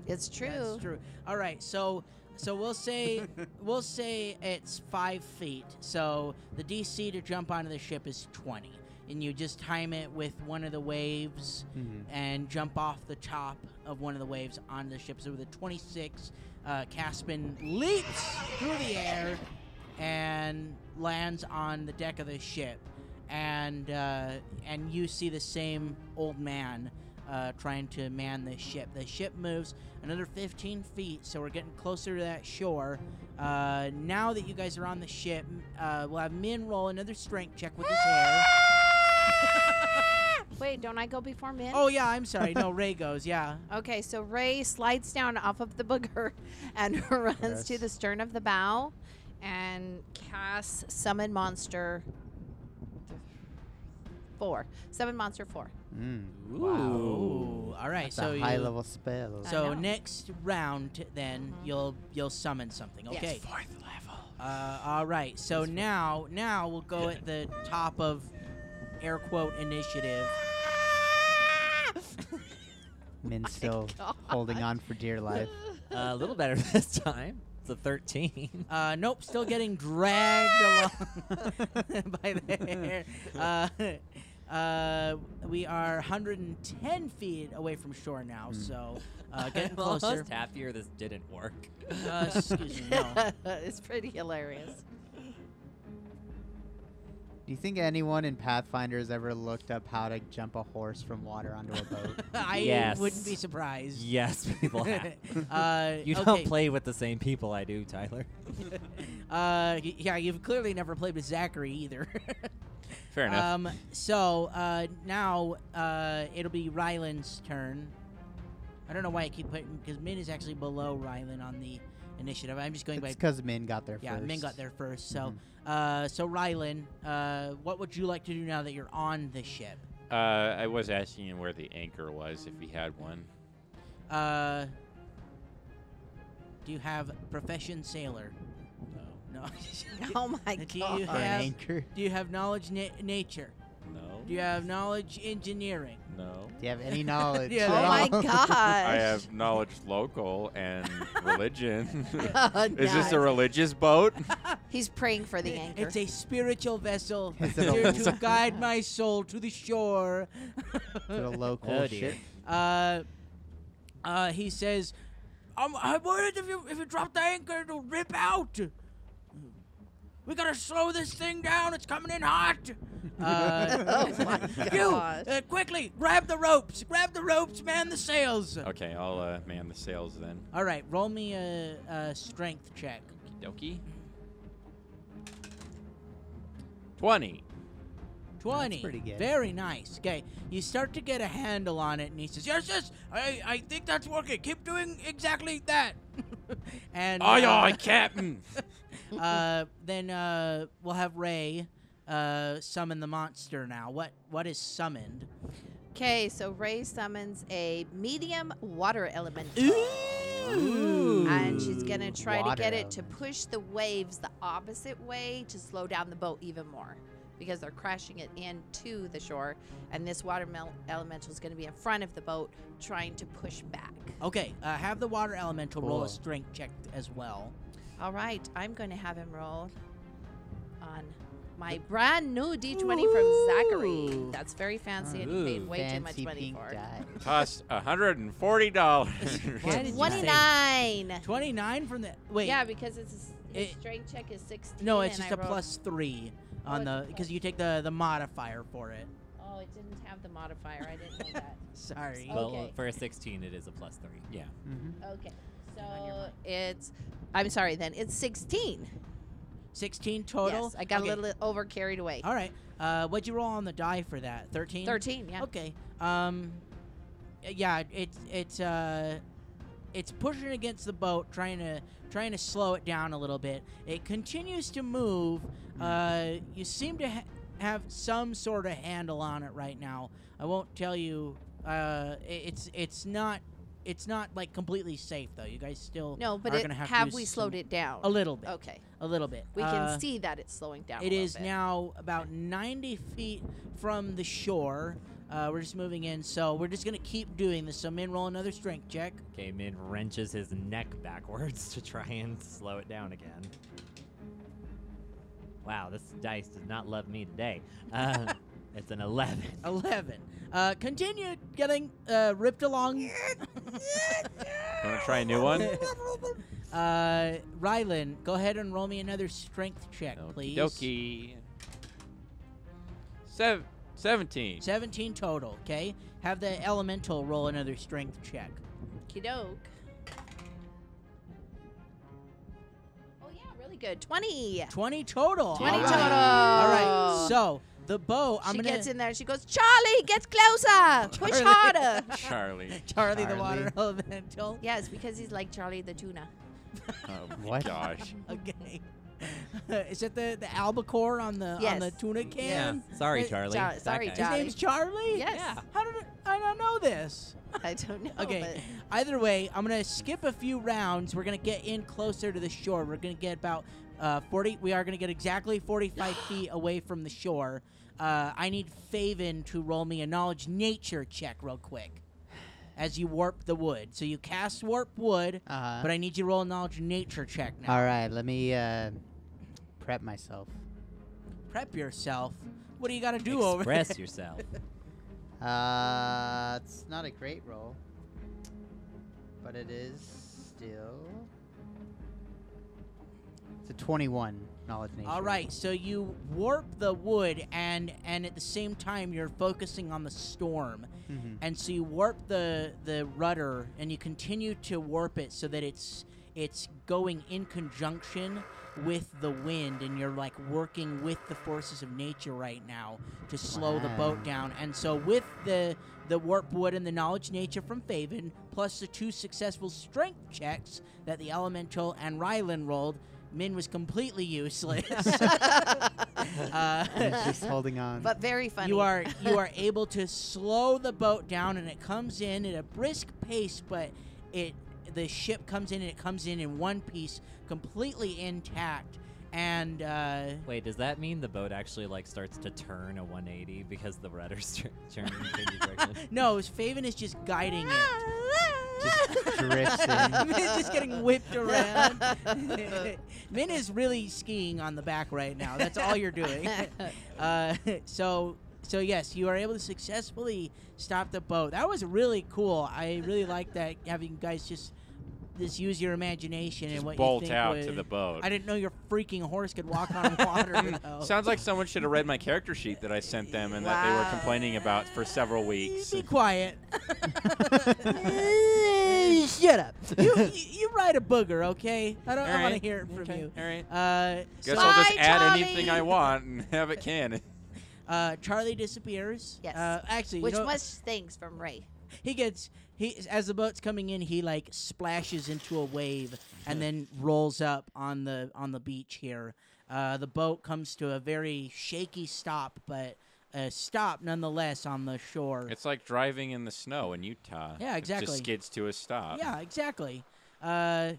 S1: It's true.
S3: That's true. All right, so so we'll say we'll say it's five feet. So the DC to jump onto the ship is twenty. and you just time it with one of the waves
S7: Mm-hmm.
S3: and jump off the top of one of the waves onto the ship. So with a 26, uh, Caspin leaps through the air and lands on the deck of the ship. And uh, and you see the same old man uh, trying to man the ship. The ship moves another 15 feet, so we're getting closer to that shore. Uh, now that you guys are on the ship, uh, we'll have Min roll another strength check with his hair.
S1: Wait, don't I go before Min?
S3: Oh yeah, I'm sorry. No, Ray goes. Yeah.
S1: Okay, so Ray slides down off of the booger and runs to
S7: Yes.
S1: the stern of the bow and casts Summon Monster 4. Summon Monster 4.
S7: Mm.
S3: Ooh. All right.
S7: That's
S3: so
S7: a high
S3: you-
S7: level spell.
S1: know.
S3: So next round, then
S1: Mhm.
S3: you'll you'll summon something.
S1: Yes.
S3: Okay. Fourth level. Uh, all right. So now now we'll go at the top of air quote initiative.
S7: Min's still holding on for dear life.
S5: Uh, a little better this time. It's a 13.
S3: Uh, nope. Still getting dragged along by the hair. Uh, uh, we are 110 feet away from shore now,
S7: Hmm.
S3: so uh, getting
S5: I'm almost
S3: closer.
S5: happier this didn't work.
S3: Uh, excuse me. No.
S1: it's pretty hilarious.
S7: Do you think anyone in Pathfinder has ever looked up how to jump a horse from water onto a boat?
S3: I
S5: Yes.
S3: wouldn't be surprised.
S5: yes, people have.
S3: uh,
S5: You
S3: okay.
S5: don't play with the same people I do, Tyler.
S3: Uh, y- yeah, you've clearly never played with Zachary either.
S6: Fair enough.
S3: um, so uh, now uh, it'll be Rylan's turn. I don't know why I keep putting because Min is actually below Rylan on the initiative. I'm just going
S7: it's
S3: by.
S7: because Min got there
S3: Yeah,
S7: first.
S3: Min got there first. So, uh, so Rylan, uh, what would you like to do now that you're on the ship?
S6: Uh, I was asking him where the anchor was, if he had one.
S3: Uh, do you have profession sailor? No. No.
S1: Oh my
S3: Do you
S7: Or an
S3: have-
S1: god.
S7: anchor.
S3: do you have knowledge na- nature?
S6: No.
S3: Do you have knowledge engineering?
S6: No.
S7: Do you have any knowledge?
S3: Yeah.
S7: at
S1: Oh my
S7: all?
S1: gosh.
S6: I have knowledge local and religion.
S1: Oh,
S6: Is
S1: nice.
S6: this a religious boat?
S1: He's praying for the anchor.
S3: It's a spiritual vessel
S7: Is it a-
S3: here to guide my soul to the shore.
S7: Is it a local
S5: Oh, dear.
S7: ship?
S3: uh, uh, he says, I'm, I'm worried if you, if you drop the anchor, it'll rip out. We gotta slow this thing down. It's coming in hot. Uh,
S1: Oh my
S3: you,
S1: gosh.
S3: uh, quickly, grab the ropes. Grab the ropes, man the sails.
S6: Okay, I'll uh, man the sails then.
S3: All right, roll me a, a strength check.
S6: Doki. 20.
S3: 20.
S7: pretty good.
S3: Very nice. Okay, you start to get a handle on it, and he says, Yes, yes, I, I think that's working. Keep doing exactly that. and
S6: Aye,
S3: uh,
S6: aye, Captain!
S3: uh, then uh, we'll have Ray uh, summon the monster now. What What is summoned?
S1: Okay, so Ray summons a medium water elemental. And she's going to try to
S7: Water
S1: get it to
S7: elemental.
S1: push the waves the opposite way to slow down the boat even more because they're crashing it into the shore. And this water mel- elemental is going to be in front of the boat trying to push back.
S3: Okay, uh, have the water elemental roll a
S7: Cool.
S3: strength check as well.
S1: All right, I'm going to have him roll on my brand new D20 from Zachary.
S3: Ooh.
S1: That's very fancy and he paid way too much
S7: Fancy
S1: money
S7: pink
S1: for
S7: dye.
S6: Cost $140.
S5: Why did
S1: it.
S5: you say-
S1: 29.
S3: 29 from the. Wait.
S1: Yeah, because it's a s- his
S3: It-
S1: strength check is 16.
S3: No, it's
S1: and
S3: just
S1: I
S3: a
S1: rolled-
S3: plus three
S1: Oh,
S3: on
S1: it's a
S3: the.
S1: plus-
S3: Because you take the, the modifier for it.
S1: Oh, it didn't have the modifier. I didn't know that.
S3: Sorry.
S1: Oh.
S5: Well,
S1: Okay.
S5: for a 16, it is a plus 3. Yeah.
S7: Mhm.
S1: Okay.
S3: on your
S1: So it's. I'm sorry. Then it's 16.
S3: 16 total?
S1: Yes, I got
S3: Okay.
S1: a little over carried away.
S3: All right. Uh, what'd you roll on the die for that? 13?
S1: 13. Yeah.
S3: Okay. Um, yeah, it's it's uh, it's pushing against the boat, trying to trying to slow it down a little bit. It continues to move.
S1: Hmm.
S3: Uh, you seem to ha- have some sort of handle on it right now. I won't tell you. Uh, i- it's it's not it's not like completely safe though. You guys still
S1: No, but
S3: are
S1: it,
S3: gonna have,
S1: have,
S3: to use
S1: we
S3: some-
S1: slowed it down?
S3: a little bit?
S1: Okay.
S3: A little bit.
S1: We can
S3: Uh,
S1: see that it's slowing down.
S3: it
S1: a little
S3: is
S1: bit.
S3: now about 90 feet from the shore. Uh, we're just moving in, so we're just gonna keep doing this. So, Min, roll another strength check.
S5: Okay, Min wrenches his neck backwards to try and slow it down again. Wow, this dice does not love me today. Uh, It's an 11.
S3: 11. Uh, continue getting uh, ripped along.
S6: Want to try a new one?
S3: uh, Rylan, go ahead and roll me another strength check, please.
S6: Doki. Sev- 17.
S3: 17 total, okay? Have the elemental roll another strength check.
S1: Kidoke. Oh yeah, really good. Twenty.
S3: 20 total.
S1: 20
S3: All right.
S1: total.
S3: All right, so the bow, I'm
S1: she
S3: gonna.
S1: gets in there. She goes, Charlie, get closer. Push
S3: Charlie.
S1: harder.
S6: Charlie.
S3: Charlie, the
S7: Charlie.
S3: water elemental.
S1: yes, because he's like Charlie the tuna.
S6: Oh my
S7: What?
S6: gosh.
S3: Okay. Is that the, the albacore on the on the
S1: Yes.
S3: tuna can?
S5: Sorry,
S3: Wait,
S5: Charlie.
S1: Char-
S5: That
S1: sorry,
S5: guy.
S3: His
S1: Charlie.
S3: name's Charlie.
S1: Yes. Oh,
S3: How did I, I don't know this?
S1: I don't know.
S3: Okay. Either way, I'm gonna skip a few rounds. We're gonna get in closer to the shore. We're gonna get about uh, 40. We are gonna get exactly 45 feet away from the shore. Uh, I need Faven to roll me a knowledge nature check real quick, as you warp the wood. So you cast warp wood,
S1: Uh-huh.
S7: Uh,
S3: but I need you to roll a knowledge nature check now.
S7: all right, let me uh, prep myself.
S3: Prep yourself. What do you gotta do over there?
S5: Express yourself.
S7: Uh, it's not a great roll, but it is still. It's a 21 knowledge nature.
S3: All right, so you warp the wood, and and at the same time you're focusing on the storm,
S7: Mhm.
S3: and so you warp the the rudder, and you continue to warp it so that it's it's going in conjunction with the wind, and you're like working with the forces of nature right now to slow the boat
S7: Wow.
S3: down. And so with the the warp wood and the knowledge nature from Faven, plus the two successful strength checks that the elemental and Rylan rolled. Min was completely useless.
S7: I'm
S3: uh,
S7: just holding on.
S1: But very funny.
S3: you are you are able to slow the boat down, and it comes in at a brisk pace, but it the ship comes in and it comes in in one piece, completely intact, and uh,
S5: Wait, does that mean the boat actually like starts to turn a 180 because the rudder's tur- turning in the direction?
S3: no, Faven is just guiding it.
S7: drifts in.
S3: Min is just getting whipped around. Min is really skiing on the back right now. That's all you're doing. Uh, so so yes, you are able to successfully stop the boat. That was really cool. I really like that having you guys just just use your imagination
S6: Just
S3: and what you
S6: bolt
S3: think
S6: out
S3: would-
S6: to the boat.
S3: I didn't know your freaking horse could walk on water. though.
S6: Sounds like someone should have read my character sheet that I sent them and that they were
S1: Wow.
S6: complaining about for several
S3: You
S6: weeks.
S3: Be quiet.
S7: Shut up.
S3: you, you you ride a booger, okay? I don't, I want
S6: Alright.
S3: to hear it from you.
S6: All right.
S3: Uh, so-
S6: Guess I'll
S1: Bye,
S6: just add
S1: Charlie.
S6: anything I want and have it canon.
S3: uh, Charlie disappears.
S1: Yes.
S3: Uh, actually, you
S1: Which
S3: know-
S1: much things from Ray.
S3: he gets he as the boat's coming in he like splashes into a wave and then rolls up on the on the beach here uh, the boat comes to a very shaky stop but a stop nonetheless on the shore
S6: It's like driving in the snow in Utah.
S3: Yeah,
S6: It
S3: exactly.
S6: just skids to a stop.
S3: yeah exactly uh,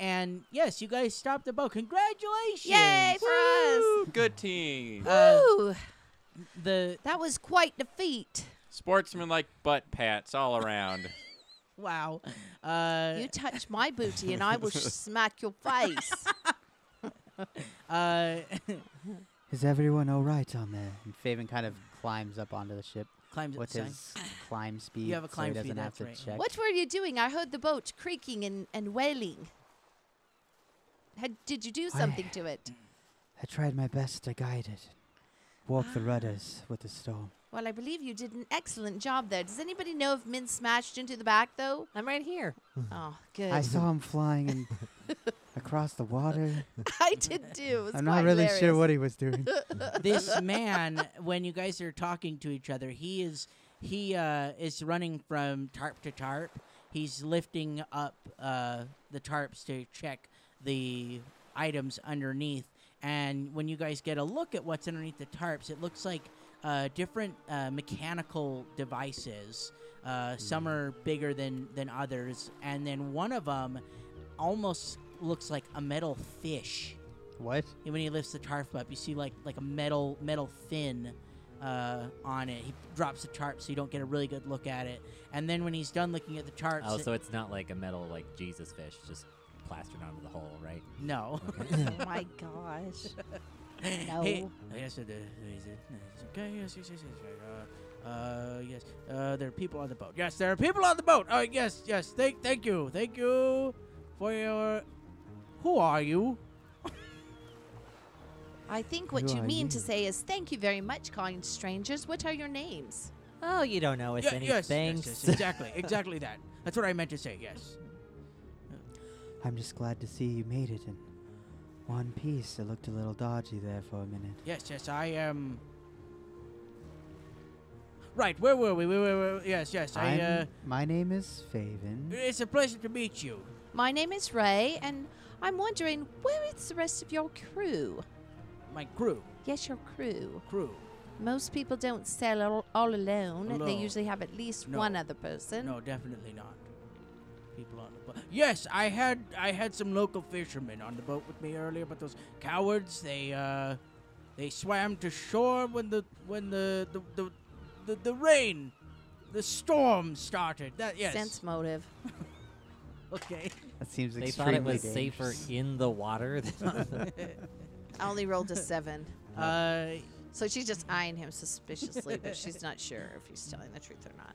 S3: and yes you guys stopped the boat congratulations
S1: Yay for us.
S6: Woo, Good team.
S3: Uh,
S1: Woo!
S3: the
S1: That was quite the feat.
S6: Sportsmen like butt pats all around.
S3: wow uh,
S1: You touch my booty and I will sh- smack your face.
S3: uh,
S7: Is everyone all right on there? And Faven kind of climbs up onto the ship
S3: climbs
S7: with
S3: sign.
S7: his climb speed.
S3: have a climb
S7: so he
S3: speed,
S7: doesn't have
S3: that's
S7: to
S3: right.
S7: check.
S1: What were you doing? I heard the boat creaking and, and wailing. Had, did you do something to it?
S7: I tried my best to guide it. Warp
S3: Ah.
S7: the rudders with the storm.
S1: Well, I believe you did an excellent job there. Does anybody know if Min smashed into the back, though?
S2: I'm right here.
S3: Hmm.
S1: Oh, good.
S7: I saw him flying and across the water.
S1: I did too. It was
S7: I'm not
S1: quite
S7: really sure
S1: hilarious.
S7: what he was doing.
S3: this man when you guys are talking to each other he is he uh, is running from tarp to tarp he's lifting up uh, the tarps to check the items underneath and when you guys get a look at what's underneath the tarps it looks like uh, different uh, mechanical devices uh, some are bigger than than others and then one of them almost looks like a metal fish
S7: What?
S3: and when he lifts the tarp up, you see like like a metal metal fin uh, on it. He drops the tarp so you don't get a really good look at it. And then when he's done looking at the tarps,
S5: oh, so it's not like a metal like Jesus fish just plastered onto the hole, right?
S3: no,
S1: Oh my gosh.
S3: No.
S8: Hey, yes, it is. Is it- is it Okay, yes, yes, yes, yes. yes, Uh, uh, yes. Uh, there are people on the boat. Yes, there are people on the boat. Uh, yes, yes. Thank, thank you, thank you for your. Who are you?
S1: I think what
S9: Who
S1: you
S9: are
S1: mean to
S9: you?
S1: say is thank you very much, kind strangers. What are your names?
S3: Oh, you don't know us
S8: Yeah,
S3: anything.
S8: yes, yes, yes, exactly, exactly that. That's what I meant to say. Yes.
S9: I'm just glad to see you made it in one piece. It looked a little dodgy there for a minute.
S8: Yes, yes, I am. Right, where were we? We were, were- yes, yes. I.
S9: I'm-
S8: Uh,
S9: my name is Faven.
S8: it's a pleasure to meet you.
S1: My name is Ray, and I'm wondering where is the rest of your crew?
S8: My crew,
S1: Yes, your crew.
S8: crew.
S1: Most people don't sail all, all alone. They
S8: Alone.
S1: usually have at least
S8: No.
S1: one other person.
S8: No, definitely not. People on the boat. Yes, I had I had some local fishermen on the boat with me earlier, but those cowards they uh they swam to shore when the when the the the, the, the rain the storm started. That yes.
S1: Sense motive.
S8: Okay.
S9: That seems
S5: They thought
S9: extremely
S5: it was safer
S9: dangerous.
S5: in the water than on the
S1: I only rolled a seven.
S8: Uh
S1: So she's just eyeing him suspiciously, but she's not sure if he's telling the truth or not.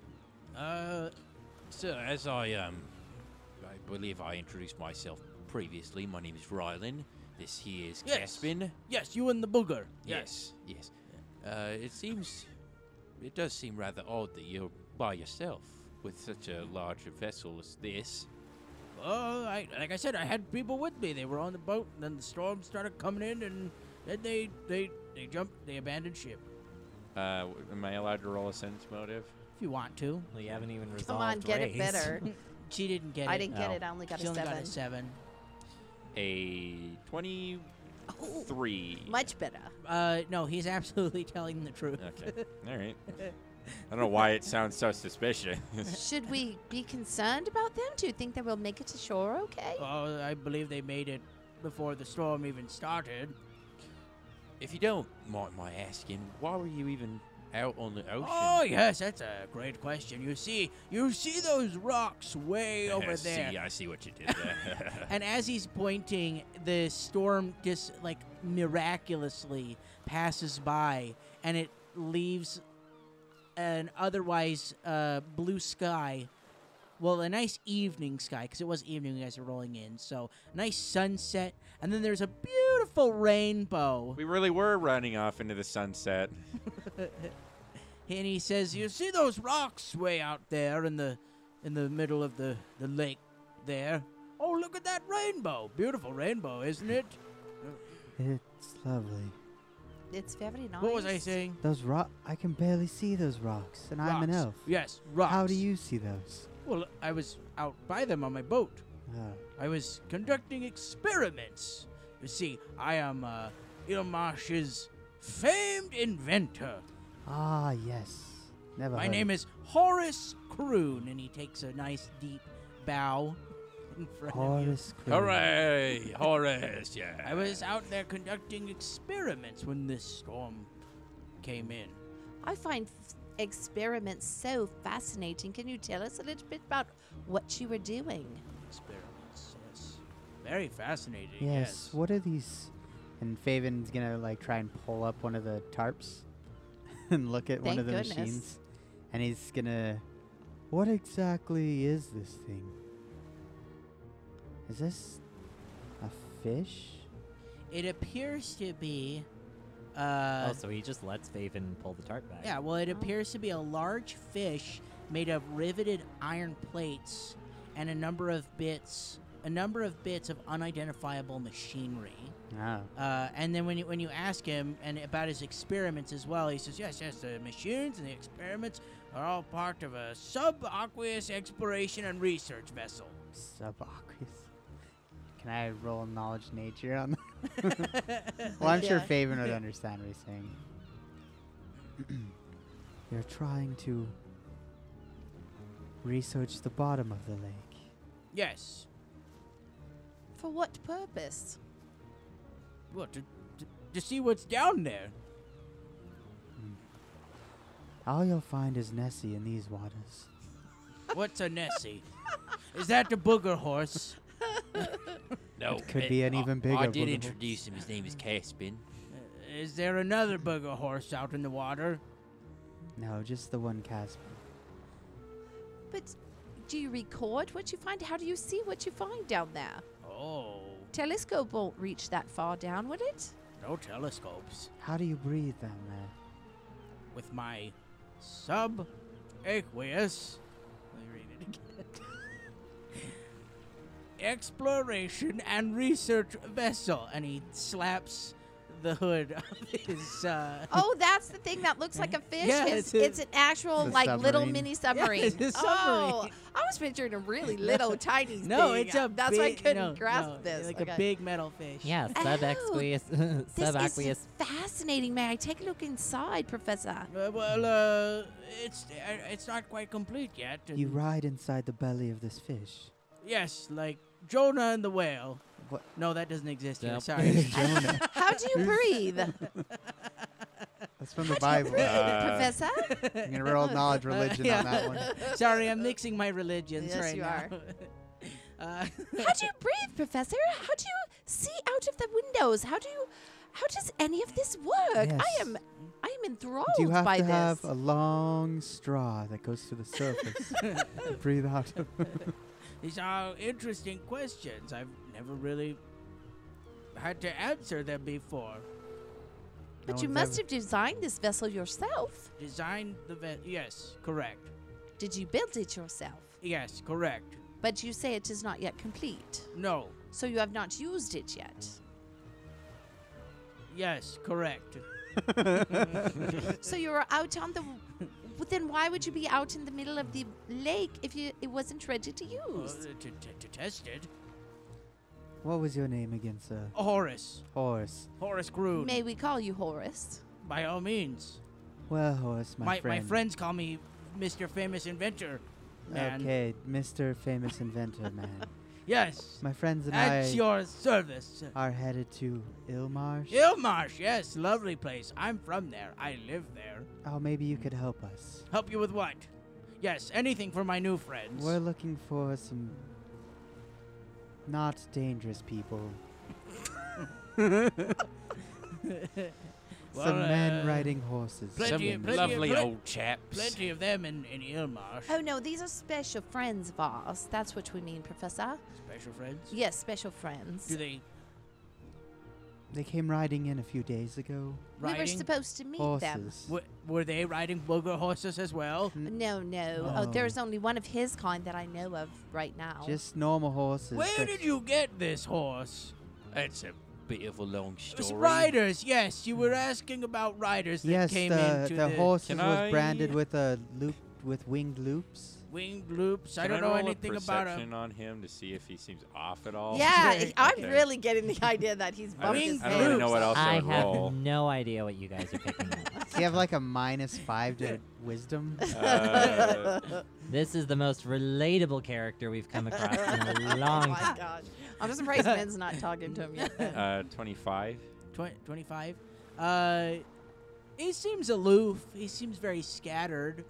S8: uh
S4: So, as I um, I believe I introduced myself previously. My name is Rylan. This here is
S8: Yes.
S4: Caspin.
S8: yes, you and the booger.
S4: Yes, yes. Uh, it seems, it does seem rather odd that you're by yourself with such a large vessel as this.
S8: Oh, I, like I said, I had people with me. They were on the boat, and then the storm started coming in, and then they they they jumped. They abandoned ship.
S6: Uh, w- am I allowed to roll a sense motive?
S8: If you want to,
S5: Well, you haven't even resolved
S1: Come on, get it
S5: race.
S1: better.
S8: she didn't get it.
S1: I didn't get
S5: No.
S1: it. I only got
S8: oh. She
S1: a
S8: only
S1: seven.
S8: got a seven.
S6: A twenty-three.
S1: Oh, much better.
S8: Uh, no, he's absolutely telling the truth.
S6: Okay. All right. I don't know why it sounds so suspicious.
S1: Should we be concerned about them? Do you think they will make it to shore okay?
S8: Oh, I believe they made it before the storm even started.
S4: If you don't mind my asking, why were you even out on the ocean?
S8: Oh yes, that's a great question. You see, you see those rocks way over there.
S4: See, I see what you did there.
S8: And as he's pointing, the storm just like miraculously passes by and it leaves an otherwise uh, blue sky. Well, a nice evening sky because it was evening as you're rolling in. So, nice sunset. And then there's a beautiful rainbow.
S6: we really were running off into the sunset.
S8: and he says, "You see those rocks way out there in the in the middle of the the lake there? Oh, look at that rainbow! Beautiful rainbow, isn't it?
S9: It's lovely.
S1: It's very nice.
S8: What was I saying?
S9: Those rock I can barely see those rocks, and I'm an
S8: Rocks.
S9: elf.
S8: Yes, rocks.
S9: How do you see those?
S8: Well, I was out by them on my boat.
S9: Oh,
S8: I was conducting experiments. You see, I am uh, Ilmash's famed inventor.
S9: Ah, yes. Never.
S8: My
S9: heard
S8: name
S9: of-
S8: is Horace Croon, and he takes a nice deep bow in front of you.
S9: Horace Crew.
S4: Hooray! Horace, yeah.
S8: I was out there conducting experiments when this storm came in.
S1: I find f- experiments so fascinating. Can you tell us a little bit about what you were doing?
S8: Experiments, yes. Very fascinating.
S9: Yes. What are these? And Faven's gonna like try and pull up one of the tarps and look at one
S1: Thank
S9: of the
S1: goodness.
S9: machines, and he's gonna. What exactly is this thing? Is this a fish?
S8: It appears to be. Uh,
S5: Oh, so he just lets Faven pull the tarp back.
S8: Yeah, well, it appears to be a large fish made of riveted iron plates and a number of bits, a number of bits of unidentifiable machinery.
S9: Oh.
S8: Uh, and then when you when you ask him and about his experiments as well, he says, "Yes, yes, the machines and the experiments are all part of a subaqueous exploration and research vessel."
S9: Subaqueous. Can I roll knowledge nature on that? well, I'm sure
S1: Yeah.
S9: Faven would understand what he's saying. You're trying to research the bottom of the lake.
S8: Yes,
S1: For what purpose?
S8: well, to, to, to see what's down there.
S9: All you'll find is Nessie in these waters.
S8: What's a Nessie? Is that the booger horse?
S4: no,
S9: could be an even
S4: I, I
S9: bigger
S4: did
S9: one.
S4: introduce him. His name is Caspin.
S8: Uh, Is there another bugger horse out in the water?
S9: No, just the one Casper.
S1: But do you record what you find? How do you see what you find down there?
S8: Oh,
S1: Telescope won't reach that far down, will it?
S8: no telescopes.
S9: How do you breathe down there?
S8: With my sub aqueous. Let me read it again. Exploration and research vessel. And he slaps the hood of his. Uh,
S1: Oh, that's the thing that looks like a fish.
S8: Yeah, it's
S1: it's,
S8: a-
S1: it's an actual
S9: It's a
S1: like little
S9: submarine.
S1: mini
S8: Yeah,
S1: submarine.
S8: it's a
S1: Oh,
S8: submarine.
S1: I was picturing a really little tiny.
S8: no,
S1: thing.
S8: it's a.
S1: That's why I
S8: big-
S1: couldn't
S8: no,
S1: grasp
S8: no,
S1: this.
S8: Like
S1: Okay.
S8: a big metal fish.
S5: Yeah, subaqueous.
S1: This
S5: subaqueous.
S1: is fascinating. May I take a look inside, Professor?
S8: Uh, well, uh, it's uh, it's not quite complete yet. and-
S9: You ride inside the belly of this fish.
S8: Yes, like Jonah and the whale.
S9: What?
S8: No, that doesn't exist here.
S5: Nope.
S8: Sorry.
S9: Jonah.
S1: How do you breathe,
S9: That's from the Bible.
S6: Uh,
S1: Professor?
S9: I'm gonna roll knowledge religion
S8: yeah.
S9: on that one.
S8: Sorry, I'm mixing my religions
S1: Yes,
S8: right
S1: you
S8: now.
S1: are.
S8: uh,
S1: How do you breathe, Professor? How do you see out of the windows? How do you? How does any of this work? I
S9: Yes.
S1: am, I am enthralled
S9: Do you have
S1: by
S9: to
S1: this.
S9: have a long straw that goes to the surface? and breathe out. of-
S8: these are interesting questions. I've never really had to answer them before.
S1: but
S9: No
S1: you
S9: one's
S1: must
S9: ever-
S1: have designed this vessel yourself.
S8: Design the ve- yes, correct.
S1: Did you build it yourself?
S8: Yes, correct.
S1: But you say it is not yet complete,
S8: No,
S1: so you have not used it yet.
S8: yes, correct.
S1: so you are out on the. But then why would you be out in the middle of the lake if you it wasn't ready to
S8: Uh,
S1: use?
S8: to, to, to test it,
S9: What was your name again, sir?
S8: Horace,
S9: Horace.
S8: Horace Groon.
S1: May we call you Horace?
S8: By all means.
S9: Well, Horace, my,
S8: my,
S9: friend.
S8: my friends call me Mr. Famous Inventor. Man.
S9: Okay, Mr. Famous Inventor Man.
S8: Yes.
S9: My friends and
S8: At
S9: I
S8: your service.
S9: are headed to Ilmarsh.
S8: Ilmarsh, yes, lovely place. I'm from there. I live there.
S9: oh, maybe you could help us.
S8: Help you with what? Yes, anything for my new friends.
S9: We're looking for some not dangerous people.
S8: Well,
S9: some men
S8: uh,
S9: riding horses.
S8: plenty
S4: Some
S8: of- plenty of-
S4: lovely
S8: plen-
S4: old chaps.
S8: Plenty of them in, in Ilmarsh.
S1: Oh no, these are special friends of ours. That's what we mean, Professor.
S8: Special friends.
S1: Yes, special friends.
S8: Do they
S9: They came riding in a few days ago.
S1: We were
S8: riding?
S1: supposed to meet them.
S9: Horses.
S8: were, were they riding booger horses as well?
S1: No, no. Oh,
S9: Oh.
S1: there's only one of his kind that I know of right now.
S9: Just normal horses.
S8: Where
S9: but
S8: did you get this horse?
S4: That's a bit of a long
S8: It was
S4: story.
S8: riders, yes. You were asking about riders that
S9: Yes,
S8: came
S9: the,
S8: into
S9: the, horses
S6: Can
S9: was branded
S6: I-
S9: with a loop with winged loops.
S8: winged loops. I
S6: Can
S8: don't know
S6: roll a
S8: anything about him.
S6: perception on him to see if he seems off at all.
S1: yeah,
S8: Okay.
S1: I'm
S6: Okay.
S1: really getting the idea that he's
S6: I
S1: bumped his
S8: Winged
S6: don't, I don't really
S1: nose.
S6: know what else I,
S5: I
S6: would roll.
S5: have no idea what you guys are picking up.
S9: Does he have like a minus five to wisdom?
S6: Uh,
S5: This is the most relatable character we've come across in a long
S1: oh my
S5: time.
S1: gosh. I'm surprised Ben's not talking to him yet.
S6: uh, 25.
S8: Twen- 25. Uh, he seems aloof. He seems very scattered.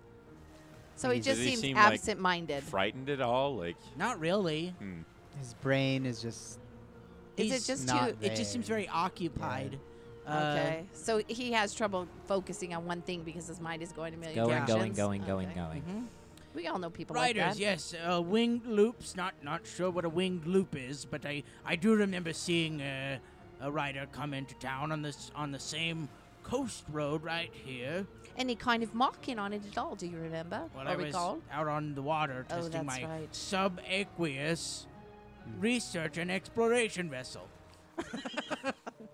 S1: So he
S9: Does
S1: just
S6: he
S1: seems
S6: seem, like,
S1: absent-minded.
S6: Frightened at all? Like,
S8: Not really.
S6: hmm.
S9: His brain is just
S1: Is it
S8: He's-
S1: just
S9: not
S8: It just seems
S9: there.
S8: very occupied. Uh,
S1: okay, so he has trouble focusing on one thing because his mind is going a million
S5: Going,
S8: Yeah.
S5: going,
S1: directions.
S5: going, going,
S1: Okay.
S5: going.
S1: We all know people
S8: Riders,
S1: Mm-hmm. like
S8: yes.
S1: that.
S8: Uh, winged loops. Not not sure what a winged loop is, but I, I do remember seeing uh, a rider come into town on this on the same coast road right here.
S1: Any kind of marking on it at all? Do you remember
S8: Well,
S1: or
S8: I was
S1: recall?
S8: out on the water
S1: Oh,
S8: testing
S1: that's
S8: my
S1: right.
S8: subaqueous
S9: Hmm.
S8: research and exploration vessel.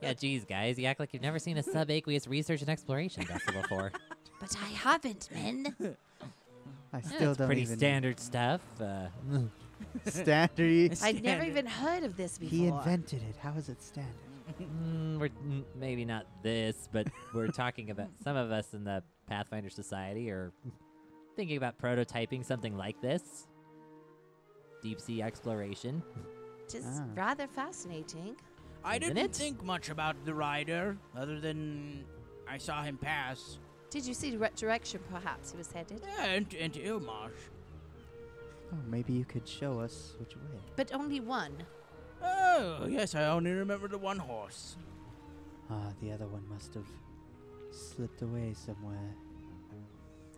S5: Yeah, geez, guys, you act like you've never seen a subaqueous research and exploration vessel before.
S1: But I haven't, men.
S9: I
S5: Yeah,
S9: still
S5: it's
S9: don't
S5: pretty
S9: even
S5: standard stuff. Uh,
S9: standard.
S1: I'd never
S8: Standard.
S1: even heard of this before.
S9: he invented it. How is it standard?
S5: mm, we're mm, maybe not this, but we're talking about some of us in the Pathfinder Society are thinking about prototyping something like this. Deep sea exploration.
S1: It is
S9: Ah.
S1: rather fascinating.
S8: I
S5: Isn't
S8: didn't
S5: it?
S8: think much about the rider, other than I saw him pass.
S1: Did you see what direction perhaps he was headed?
S8: Yeah, into, into Ilmarsh.
S9: Oh, maybe you could show us which way.
S1: But only one.
S8: Oh, yes, I only remember the one horse.
S9: Ah, the other one must have slipped away somewhere.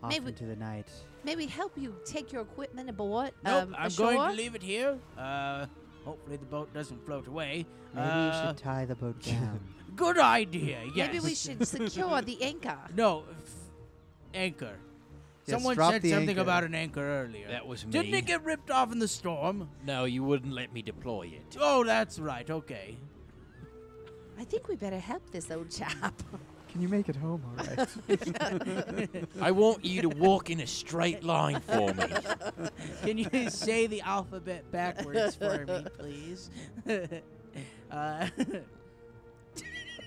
S9: Off
S1: Maybe-
S9: into the night.
S1: May we help you take your equipment aboard?
S8: Nope,
S1: um,
S8: I'm
S1: ashore?
S8: going to leave it here. Uh, hopefully the boat doesn't float away.
S9: Maybe you
S8: Uh,
S9: should tie the boat down.
S8: Good idea. Yes.
S1: Maybe we should secure the anchor.
S8: No, f- anchor.
S9: Yes,
S8: Someone
S9: drop
S8: said
S9: the
S8: something
S9: anchor.
S8: about an anchor earlier.
S4: That was me.
S8: Didn't it get ripped off in the storm?
S4: No, you wouldn't let me deploy it.
S8: Oh, that's right. Okay.
S1: I think we better help this old chap.
S10: Can you make it home all right?
S4: I want you to walk in a straight line for me.
S8: Can you say the alphabet backwards for me, please? uh,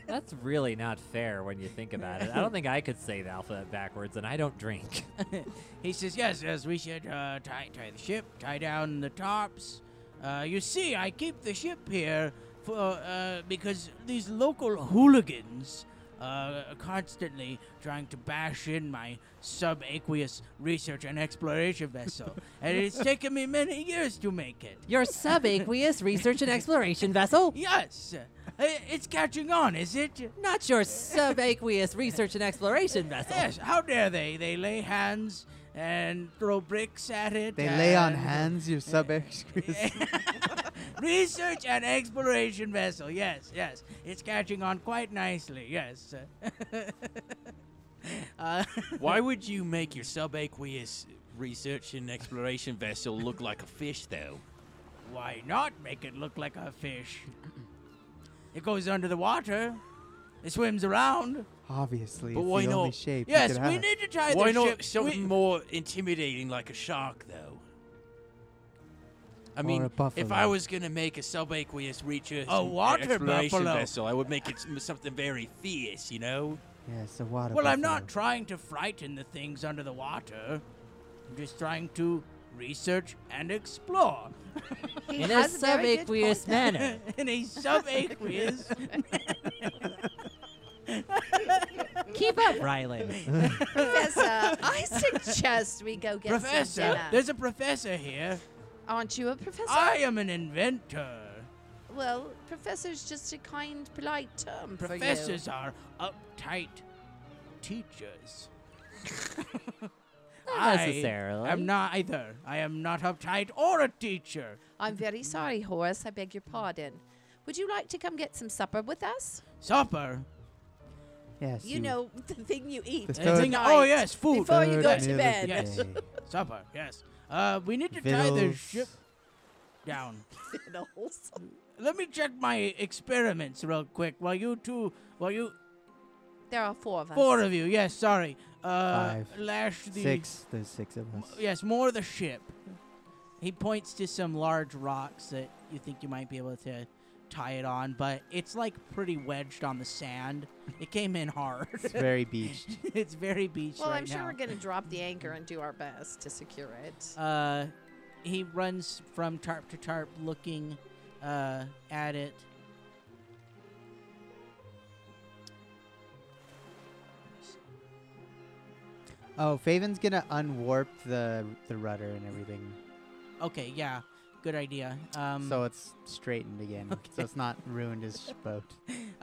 S2: That's really not fair when you think about it. I don't think I could say the alphabet backwards, and I don't drink.
S8: he says, yes, yes, we should uh, tie, tie the ship, tie down the tops. Uh, you see, I keep the ship here for uh, because these local hooligans uh, are constantly trying to bash in my subaqueous research and exploration vessel, and it's taken me many years to make it.
S2: Your subaqueous research and exploration vessel?
S8: Yes, uh, it's catching on, is it?
S2: Not your subaqueous research and exploration vessel.
S8: Yes, how dare they? They lay hands and throw bricks at it.
S9: they lay on
S8: and-
S9: hands, you sub exquisite.
S8: Research and exploration vessel. Yes, yes. It's catching on quite nicely. Yes. uh,
S4: Why would you make your subaqueous research and exploration vessel look like a fish, though?
S8: why not make it look like a fish? It goes under the water. It swims around.
S9: Obviously,
S4: But
S9: it's
S4: why
S9: the only
S4: not?
S9: shape. you
S8: Yes,
S9: could
S8: we
S9: have.
S8: need to tie the
S4: Why not
S8: ship.
S4: something
S8: we-
S4: more intimidating like a shark, though? I
S9: Or
S4: mean,
S9: a
S4: if I
S9: buffalo.
S4: was going to make a subaqueous research
S8: A
S4: and
S8: water
S4: exploration
S8: buffalo.
S4: vessel, I would make it s- something very fierce, you know?
S9: Yes, the water.
S8: Well, I'm not
S9: buffalo.
S8: trying to frighten the things under the water. I'm just trying to research and explore
S1: He
S2: In a
S1: has very good
S2: subaqueous
S1: point.
S2: manner.
S8: in a subaqueous
S2: Keep up, Rylan.
S1: Professor, uh, I suggest we go get some
S8: professor.
S1: dinner.
S8: There's a professor here.
S1: Aren't you a professor?
S8: I am an inventor.
S1: well, professor's just a kind, polite term for you.
S8: Professors are uptight teachers.
S2: Not
S8: I
S2: necessarily.
S8: am not either. I am not uptight or a teacher.
S1: I'm very sorry, Horace. I beg your pardon. Would you like to come get some supper with us?
S8: Supper.
S9: Yes,
S1: You know, the thing you eat.
S9: The
S1: at
S8: And
S9: Third-
S8: thing- oh
S1: night.
S8: yes, food.
S1: Before you go
S9: third
S1: to
S9: meal of
S1: bed.
S9: the
S8: Yes.
S9: day.
S8: Supper. Yes. Uh, we need to tie the
S9: Vittles.
S8: ship down.
S1: Fiddles.
S8: Let me check my experiments real quick while you two, while you
S1: There are four of us.
S8: four of you. Yes, sorry. Uh,
S9: Five.
S8: lash the
S9: Six. There's six of us.
S8: Yes, more the ship. He points to some large rocks that you think you might be able to tie it on, but it's like pretty wedged on the sand. It came in hard.
S9: It's very beached.
S8: it's very beach
S1: Well,
S8: right
S1: I'm sure
S8: now.
S1: we're going to drop the anchor and do our best to secure it.
S8: uh, he runs from tarp to tarp, looking uh, at it.
S9: Oh, Faven's gonna unwarp the the rudder and everything,
S8: Okay, yeah, good idea. Um,
S9: so it's straightened again. So it's not ruined as sh- boat.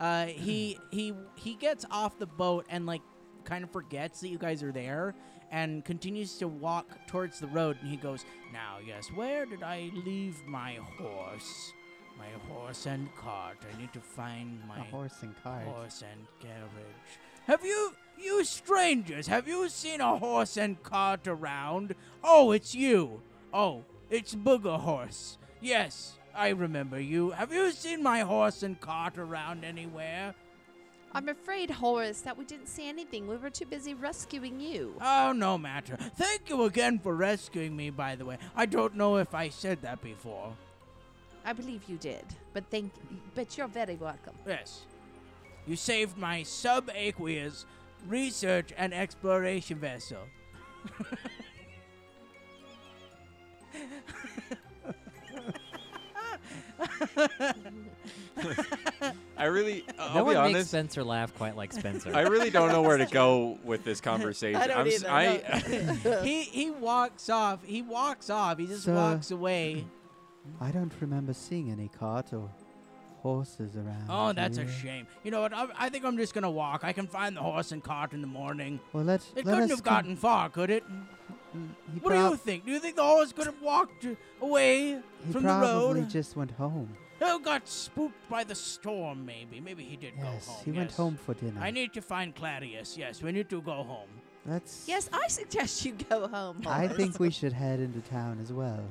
S8: Uh, he he he gets off the boat and like kind of forgets that you guys are there and continues to walk towards the road and he goes now yes where did i leave my horse my horse and cart i need to find
S9: A
S8: my
S9: horse and cart.
S8: horse and carriage have you you strangers have you seen a horse and cart around oh it's you oh it's booger horse yes i remember you have you seen my horse and cart around anywhere
S1: I'm afraid, Horace, that we didn't see anything. We were too busy rescuing you.
S8: Oh, no matter. Thank you again for rescuing me, by the way. I don't know if I said that before.
S1: I believe you did, but thank, but you're very welcome.
S8: Yes. You saved my subaqueous research and exploration vessel.
S6: I really,
S2: no
S6: I'll
S2: one
S6: be
S2: makes
S6: honest.
S2: Spencer laugh quite like Spencer.
S6: I really don't know where to go with this conversation.
S1: I don't
S6: am
S1: either,
S8: he he walks off. He walks off. He just
S9: So-
S8: walks away.
S9: I don't remember seeing any cart or
S7: horses around.
S8: Oh, that's a
S7: here.
S8: shame. You know what? I, I think I'm just gonna walk. I can find the horse and cart in the morning.
S7: Well, let, let
S8: It couldn't
S7: us
S8: have
S7: come-
S8: gotten far, could it?
S7: He
S8: What do
S7: prob-
S8: you think? Do you think the horse could have walked away
S7: He
S8: from the
S7: probably
S8: road?
S7: just went home.
S8: Oh, got spooked by the storm, maybe. Maybe he did
S7: Yes,
S8: go home.
S7: he went
S8: yes.
S7: home for dinner.
S8: I need to find Clarius. Yes, we need to go home.
S7: Let's.
S1: Yes, I suggest you go home.
S7: I
S1: Horace.
S7: think we should head into town as well.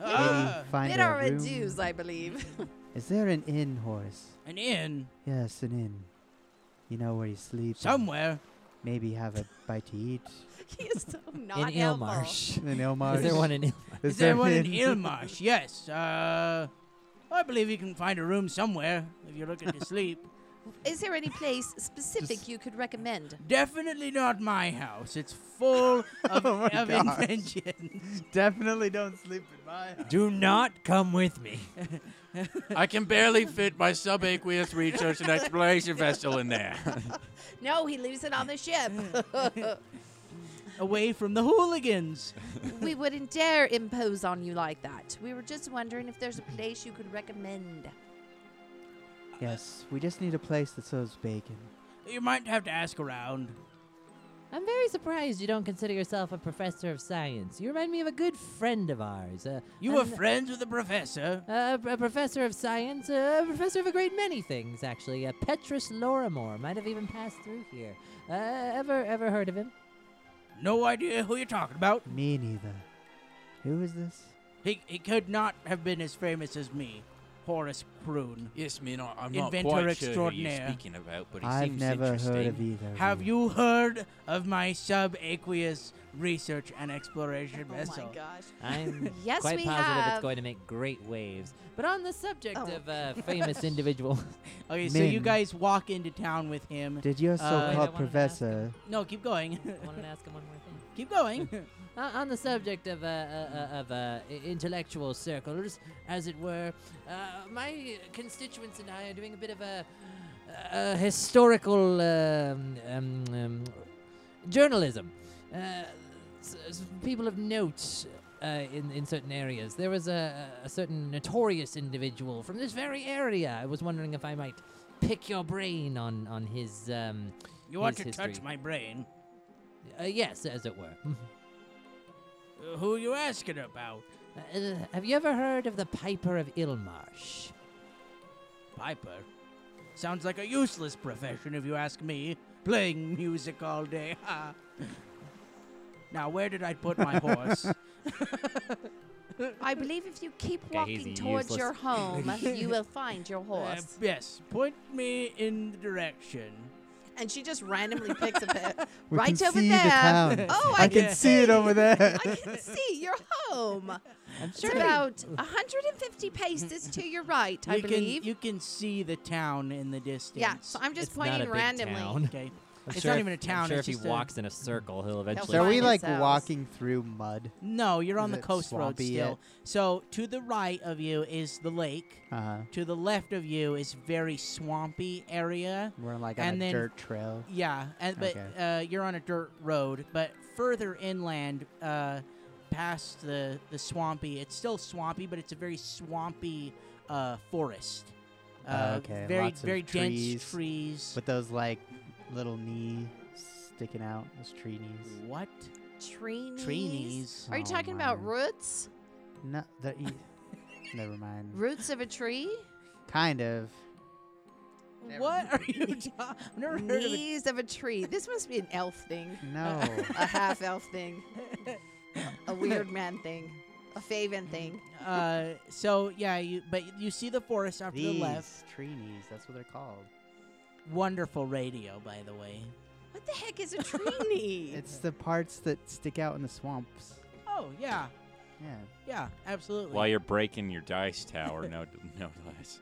S7: Maybe
S8: Ah,
S7: find
S1: There
S7: a
S1: are
S7: room.
S1: dues, I believe.
S7: Is there an inn, Horace?
S8: an inn
S7: Yes, an inn. You know where he sleeps. and
S8: somewhere.
S7: Maybe have a bite to eat.
S1: he is so
S2: in
S1: not helpful.
S2: Ilmarsh.
S7: An Ilmarsh.
S2: Is there one in Il-
S8: Is there one in Ilmarsh? Yes. Uh, I believe you can find a room somewhere if you're looking to sleep.
S1: Is there any place specific you could recommend?
S8: Definitely not my house. It's full of,
S7: Oh my
S8: of
S7: gosh.
S8: inventions.
S7: Definitely don't sleep in my house.
S2: Do not come with me.
S4: I can barely fit my subaqueous research and exploration vessel in there.
S1: No, he leaves it on the ship.
S8: Away from the hooligans.
S1: we wouldn't dare impose on you like that. We were just wondering if there's a place you could recommend.
S7: Yes, we just need a place that serves bacon.
S8: You might have to ask around.
S2: I'm very surprised you don't consider yourself a professor of science. You remind me of a good friend of ours. Uh,
S8: You were
S2: an-
S8: friends with the professor.
S2: uh, a professor of science, uh, a professor of a great many things, actually. Uh, Petrus Lorimore might have even passed through here. Uh, ever, ever heard of him?
S8: No idea who you're talking about.
S7: Me neither. Who is this?
S8: He, he could not have been as famous as me, Horace Prune.
S4: yes, man, I- I'm
S8: Inventor
S4: not quite sure who you're
S8: extraordinaire.
S4: speaking about, but he
S7: I've
S4: seems
S7: never
S4: interesting.
S7: heard of either. of
S8: Have you heard of my subaqueous research and exploration
S1: Oh
S8: vessel?
S1: gosh.
S2: I'm
S1: Yes,
S2: quite
S1: we
S2: positive
S1: have.
S2: it's going to make great waves. But on the subject
S1: Oh.
S2: of uh, famous individuals,
S8: Okay, so you
S7: Men.
S8: guys walk into town with him.
S7: Did your
S8: I
S7: so-called
S2: wanted to ask
S7: professor?
S8: No, keep going.
S2: I wanted to ask him one more thing.
S8: keep going.
S2: Uh, on the subject of uh, uh, uh, of uh, i- intellectual circles, as it were, uh, my constituents and I are doing a bit of a, a historical um, um, um, journalism. Uh, s- s- people of note uh, in in certain areas. There was a, a certain notorious individual from this very area. I was wondering if I might pick your brain on on his. Um,
S8: You want to
S2: His
S8: touch
S2: history.
S8: my brain?
S2: uh, yes, as it were.
S8: Uh, who you asking about?
S2: Uh, have you ever heard of the Piper of Ilmarsh?
S8: Piper. Sounds like a useless profession if you ask me. Playing music all day. Ha. now, where did I put my horse?
S1: I believe if you keep
S2: Okay, he's
S1: walking towards
S2: useless.
S1: your home, you will find your
S8: Uh,
S1: horse.
S8: yes, point me in the direction.
S1: And she just randomly picks a pet
S7: We
S1: right
S7: can
S1: over
S7: see the
S1: there.
S7: town.
S1: Oh, I,
S7: I can see it over there.
S1: I can see your home.
S2: I'm
S1: It's about 150 paces to your right, I
S8: you
S1: believe.
S8: Can, you can see the town in the distance.
S1: yeah, so I'm just pointing randomly.
S8: Okay. It's not even a town,
S2: I'm sure
S8: it's
S2: if
S8: just
S2: he
S8: a-
S2: walks in a circle, he'll eventually.
S7: So are we
S1: find
S7: like
S1: ourselves.
S7: walking through mud?
S8: No, you're on
S7: Is
S8: the
S7: it
S8: coast road
S7: swampy
S8: still.
S7: yet?
S8: So to the right of you is the lake.
S7: Uh,
S8: To the left of you is very swampy area.
S7: we're like
S8: And
S7: on
S8: then-
S7: a dirt trail.
S8: Yeah, and but
S7: Okay.
S8: uh, you're on a dirt road. But further inland, uh, past the the swampy, it's still swampy, but it's a very swampy uh, forest. Uh,
S7: Oh, okay,
S8: Very
S7: lots of
S8: very dense
S7: trees.
S8: trees.
S7: With those like little knees sticking out, those tree knees.
S8: what
S1: Tree knees?
S8: tree knees?
S1: Are you
S7: Oh,
S1: talking about
S7: man.
S1: roots?
S7: No, the, e- never mind.
S1: Roots of a tree?
S7: Kind of.
S8: What are you talking? I've never heard of it.
S1: Knees of a tree. This must be an elf thing,
S7: No.
S1: a half elf thing, a weird man thing, a faven thing.
S8: Uh, so yeah, you but you see the forest off to the
S7: These
S8: left.
S7: tree knees. That's what they're called.
S8: Wonderful radio, by the way.
S1: What the heck is a tree knee?
S7: It's the parts that stick out in the swamps.
S8: Oh yeah,
S7: Yeah.
S8: yeah, absolutely.
S6: While you're breaking your dice tower, no, no less.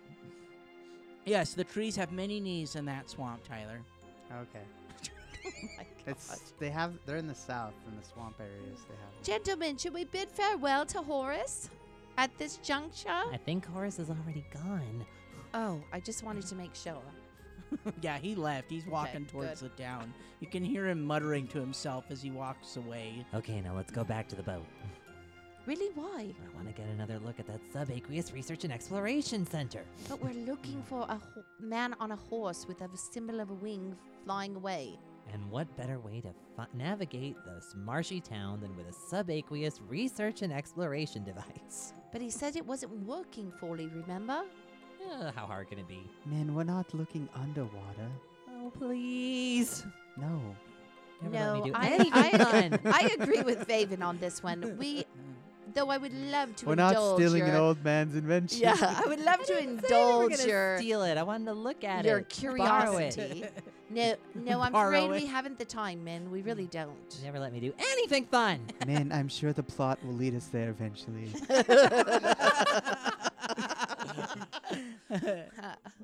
S8: yes, the trees have many knees in that swamp, Tyler.
S7: Okay.
S1: My gosh.
S7: It's they have they're in the south in the swamp areas. They have.
S1: Gentlemen, should we bid farewell to Horace at this juncture?
S2: I think Horace is already gone.
S1: Oh, I just wanted to make sure.
S8: yeah, he left. He's walking towards the town. You can hear him muttering to himself as he walks away.
S2: Okay, now let's go back to the boat. Really, why?
S5: I want to get another look at that subaqueous research and exploration center.
S1: But we're looking for a ho- man on a horse with a symbol of a wing flying away.
S5: And what better way to fi- navigate this marshy town than with a subaqueous research and exploration device?
S1: But he said it wasn't working fully, remember?
S2: "Eh,
S5: Uh, how hard can it be?
S7: Man, we're not looking underwater.
S5: Oh, please.
S7: No.
S5: Never
S1: no,
S5: let me do anything
S1: I,
S5: fun.
S1: I, I agree with Vaven on this one. We, though I would love to
S7: we're
S1: indulge
S7: not stealing
S1: your,
S7: an old man's invention.
S1: Yeah, I would love
S5: I
S1: to
S5: didn't say they were
S1: indulge
S5: gonna
S1: your
S5: steal it. I wanted to look at
S1: your
S5: it. borrow it.
S1: curiosity. no, no, I'm
S3: Borrow
S1: afraid
S3: it.
S1: we haven't the time, man. We really don't.
S5: You Never let me do anything fun.
S7: Man, I'm sure the plot will lead us there eventually.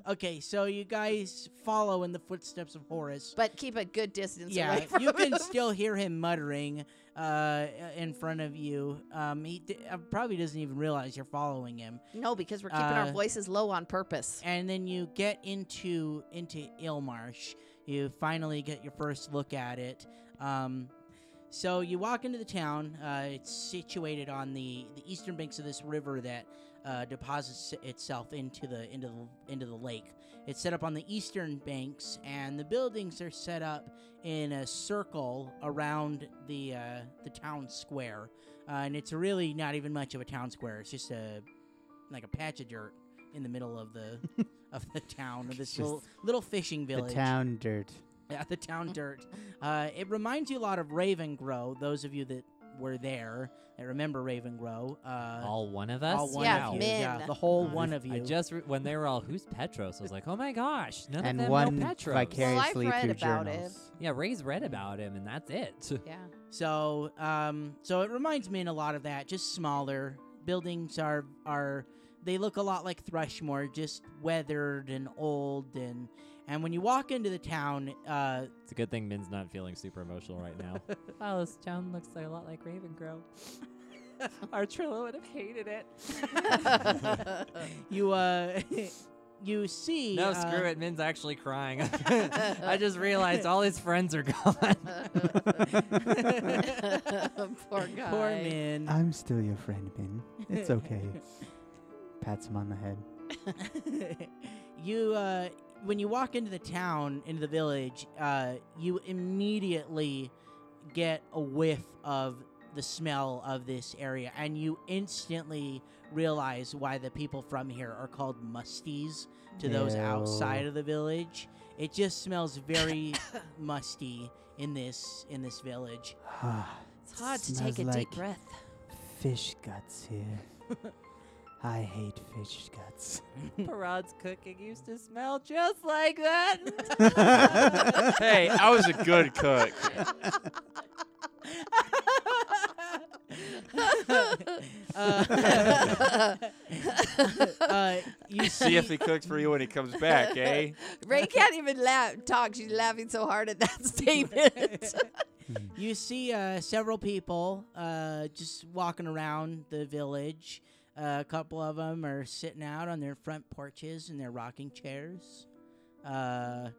S3: okay, so you guys follow in the footsteps of Horus.
S1: But keep a good distance
S3: Yeah,
S1: away from
S3: you can
S1: him.
S3: still hear him muttering uh, in front of you. Um, he d- uh, probably doesn't even realize you're following him.
S1: No, because we're keeping our
S3: Uh,
S1: voices low on purpose.
S3: And then you get into into Ilmarsh. You finally get your first look at it. Um, so you walk into the town. Uh, it's situated on the, the eastern banks of this river that uh, deposits itself into the into the into the lake. It's set up on the eastern banks, and the buildings are set up in a circle around the uh, the town square. Uh, and it's really not even much of a town square. It's just a like a patch of dirt in the middle of the of the town of this
S7: Just
S3: little little fishing
S7: the
S3: village.
S7: town dirt.
S3: Yeah, the town dirt. Uh, it reminds you a lot of Raven Grow. Those of you that were there that remember Raven Grow. Uh,
S5: all one of us.
S3: all one
S1: Yeah,
S3: of you.
S1: men.
S3: Yeah, the whole one of you.
S5: I just re- when they were all who's Petros, I was like, oh my gosh, none
S7: and
S5: of them
S7: one
S5: know Petros.
S7: vicariously
S1: read
S7: through
S1: about it.
S7: journals.
S5: Yeah, Ray's read about him, and that's it.
S1: yeah.
S3: So, um, so it reminds me in a lot of that. Just smaller buildings are are they look a lot like Thrushmore, just weathered and old and and when you walk into the town, uh,
S5: It's a good thing Min's not feeling super emotional right now. wow, this town looks a lot like Ravengrow. Our Trillo would have hated it.
S3: you uh, you see
S5: No,
S3: uh,
S5: screw it. Min's actually crying. I just realized all his friends are gone.
S1: Poor guy.
S3: Poor man.
S7: I'm still your friend, Min. It's okay. Pats him on the head.
S3: you uh, when you walk into the town into the village uh, you immediately get a whiff of the smell of this area and you instantly realize why the people from here are called musties to those
S7: Ew.
S3: outside of the village it just smells very musty in this in this village
S7: Ah,
S1: It's hard to
S7: Smells
S1: take a
S7: like-
S1: deep breath.
S7: fish guts here. I hate fish guts.
S5: Parad's cooking used to smell just like that.
S6: hey, I was a good cook.
S3: uh, uh, you
S6: See if he cooks for you when he comes back, eh?
S1: Ray can't even laugh, talk. She's laughing so hard at that statement.
S3: You see uh, several people uh, just walking around the village. Uh, a couple of them are sitting out on their front porches in their rocking chairs. Uh,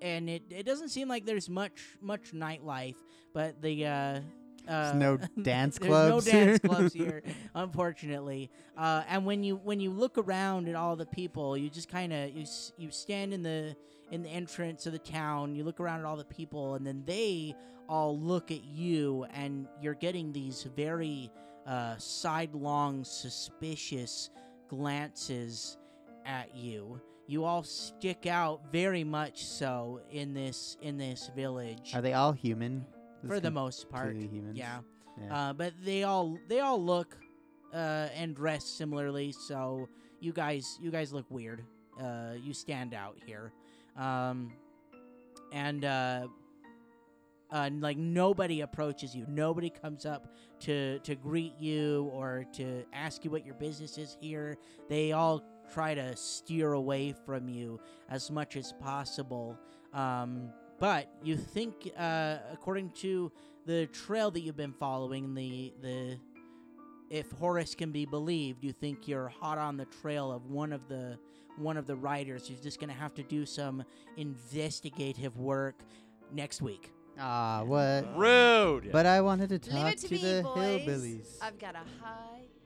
S3: and it, it doesn't seem like there's much much nightlife, but the uh, uh,
S7: There's no dance
S3: there's
S7: clubs
S3: no dance
S7: here.
S3: clubs here, unfortunately. Uh, and when you when you look around at all the people, you just kind of you s- you stand in the in the entrance of the town. You look around at all the people, and then they all look at you, and you're getting these very uh, sidelong, suspicious glances at you. You all stick out very much so in this in this village
S7: Are they all human? This
S3: for
S7: is
S3: the most part.
S7: completely humans.
S3: Yeah.
S7: Yeah.
S3: Uh, but they all they all look uh, and dress similarly, so you guys you guys look weird. Uh, you stand out here, um, and uh, uh, like nobody approaches you. Nobody comes up to to greet you or to ask you what your business is here. They all try to steer away from you as much as possible. Um, but you think, uh, according to the trail that you've been following, the the if Horace can be believed, you think you're hot on the trail of one of the one of the riders who's just gonna have to do some investigative work next week.
S7: Ah, what?
S6: Rude.
S7: But I wanted to talk
S1: Leave it to,
S7: to
S1: me,
S7: the
S1: boys.
S7: hillbillies.
S1: I've got a high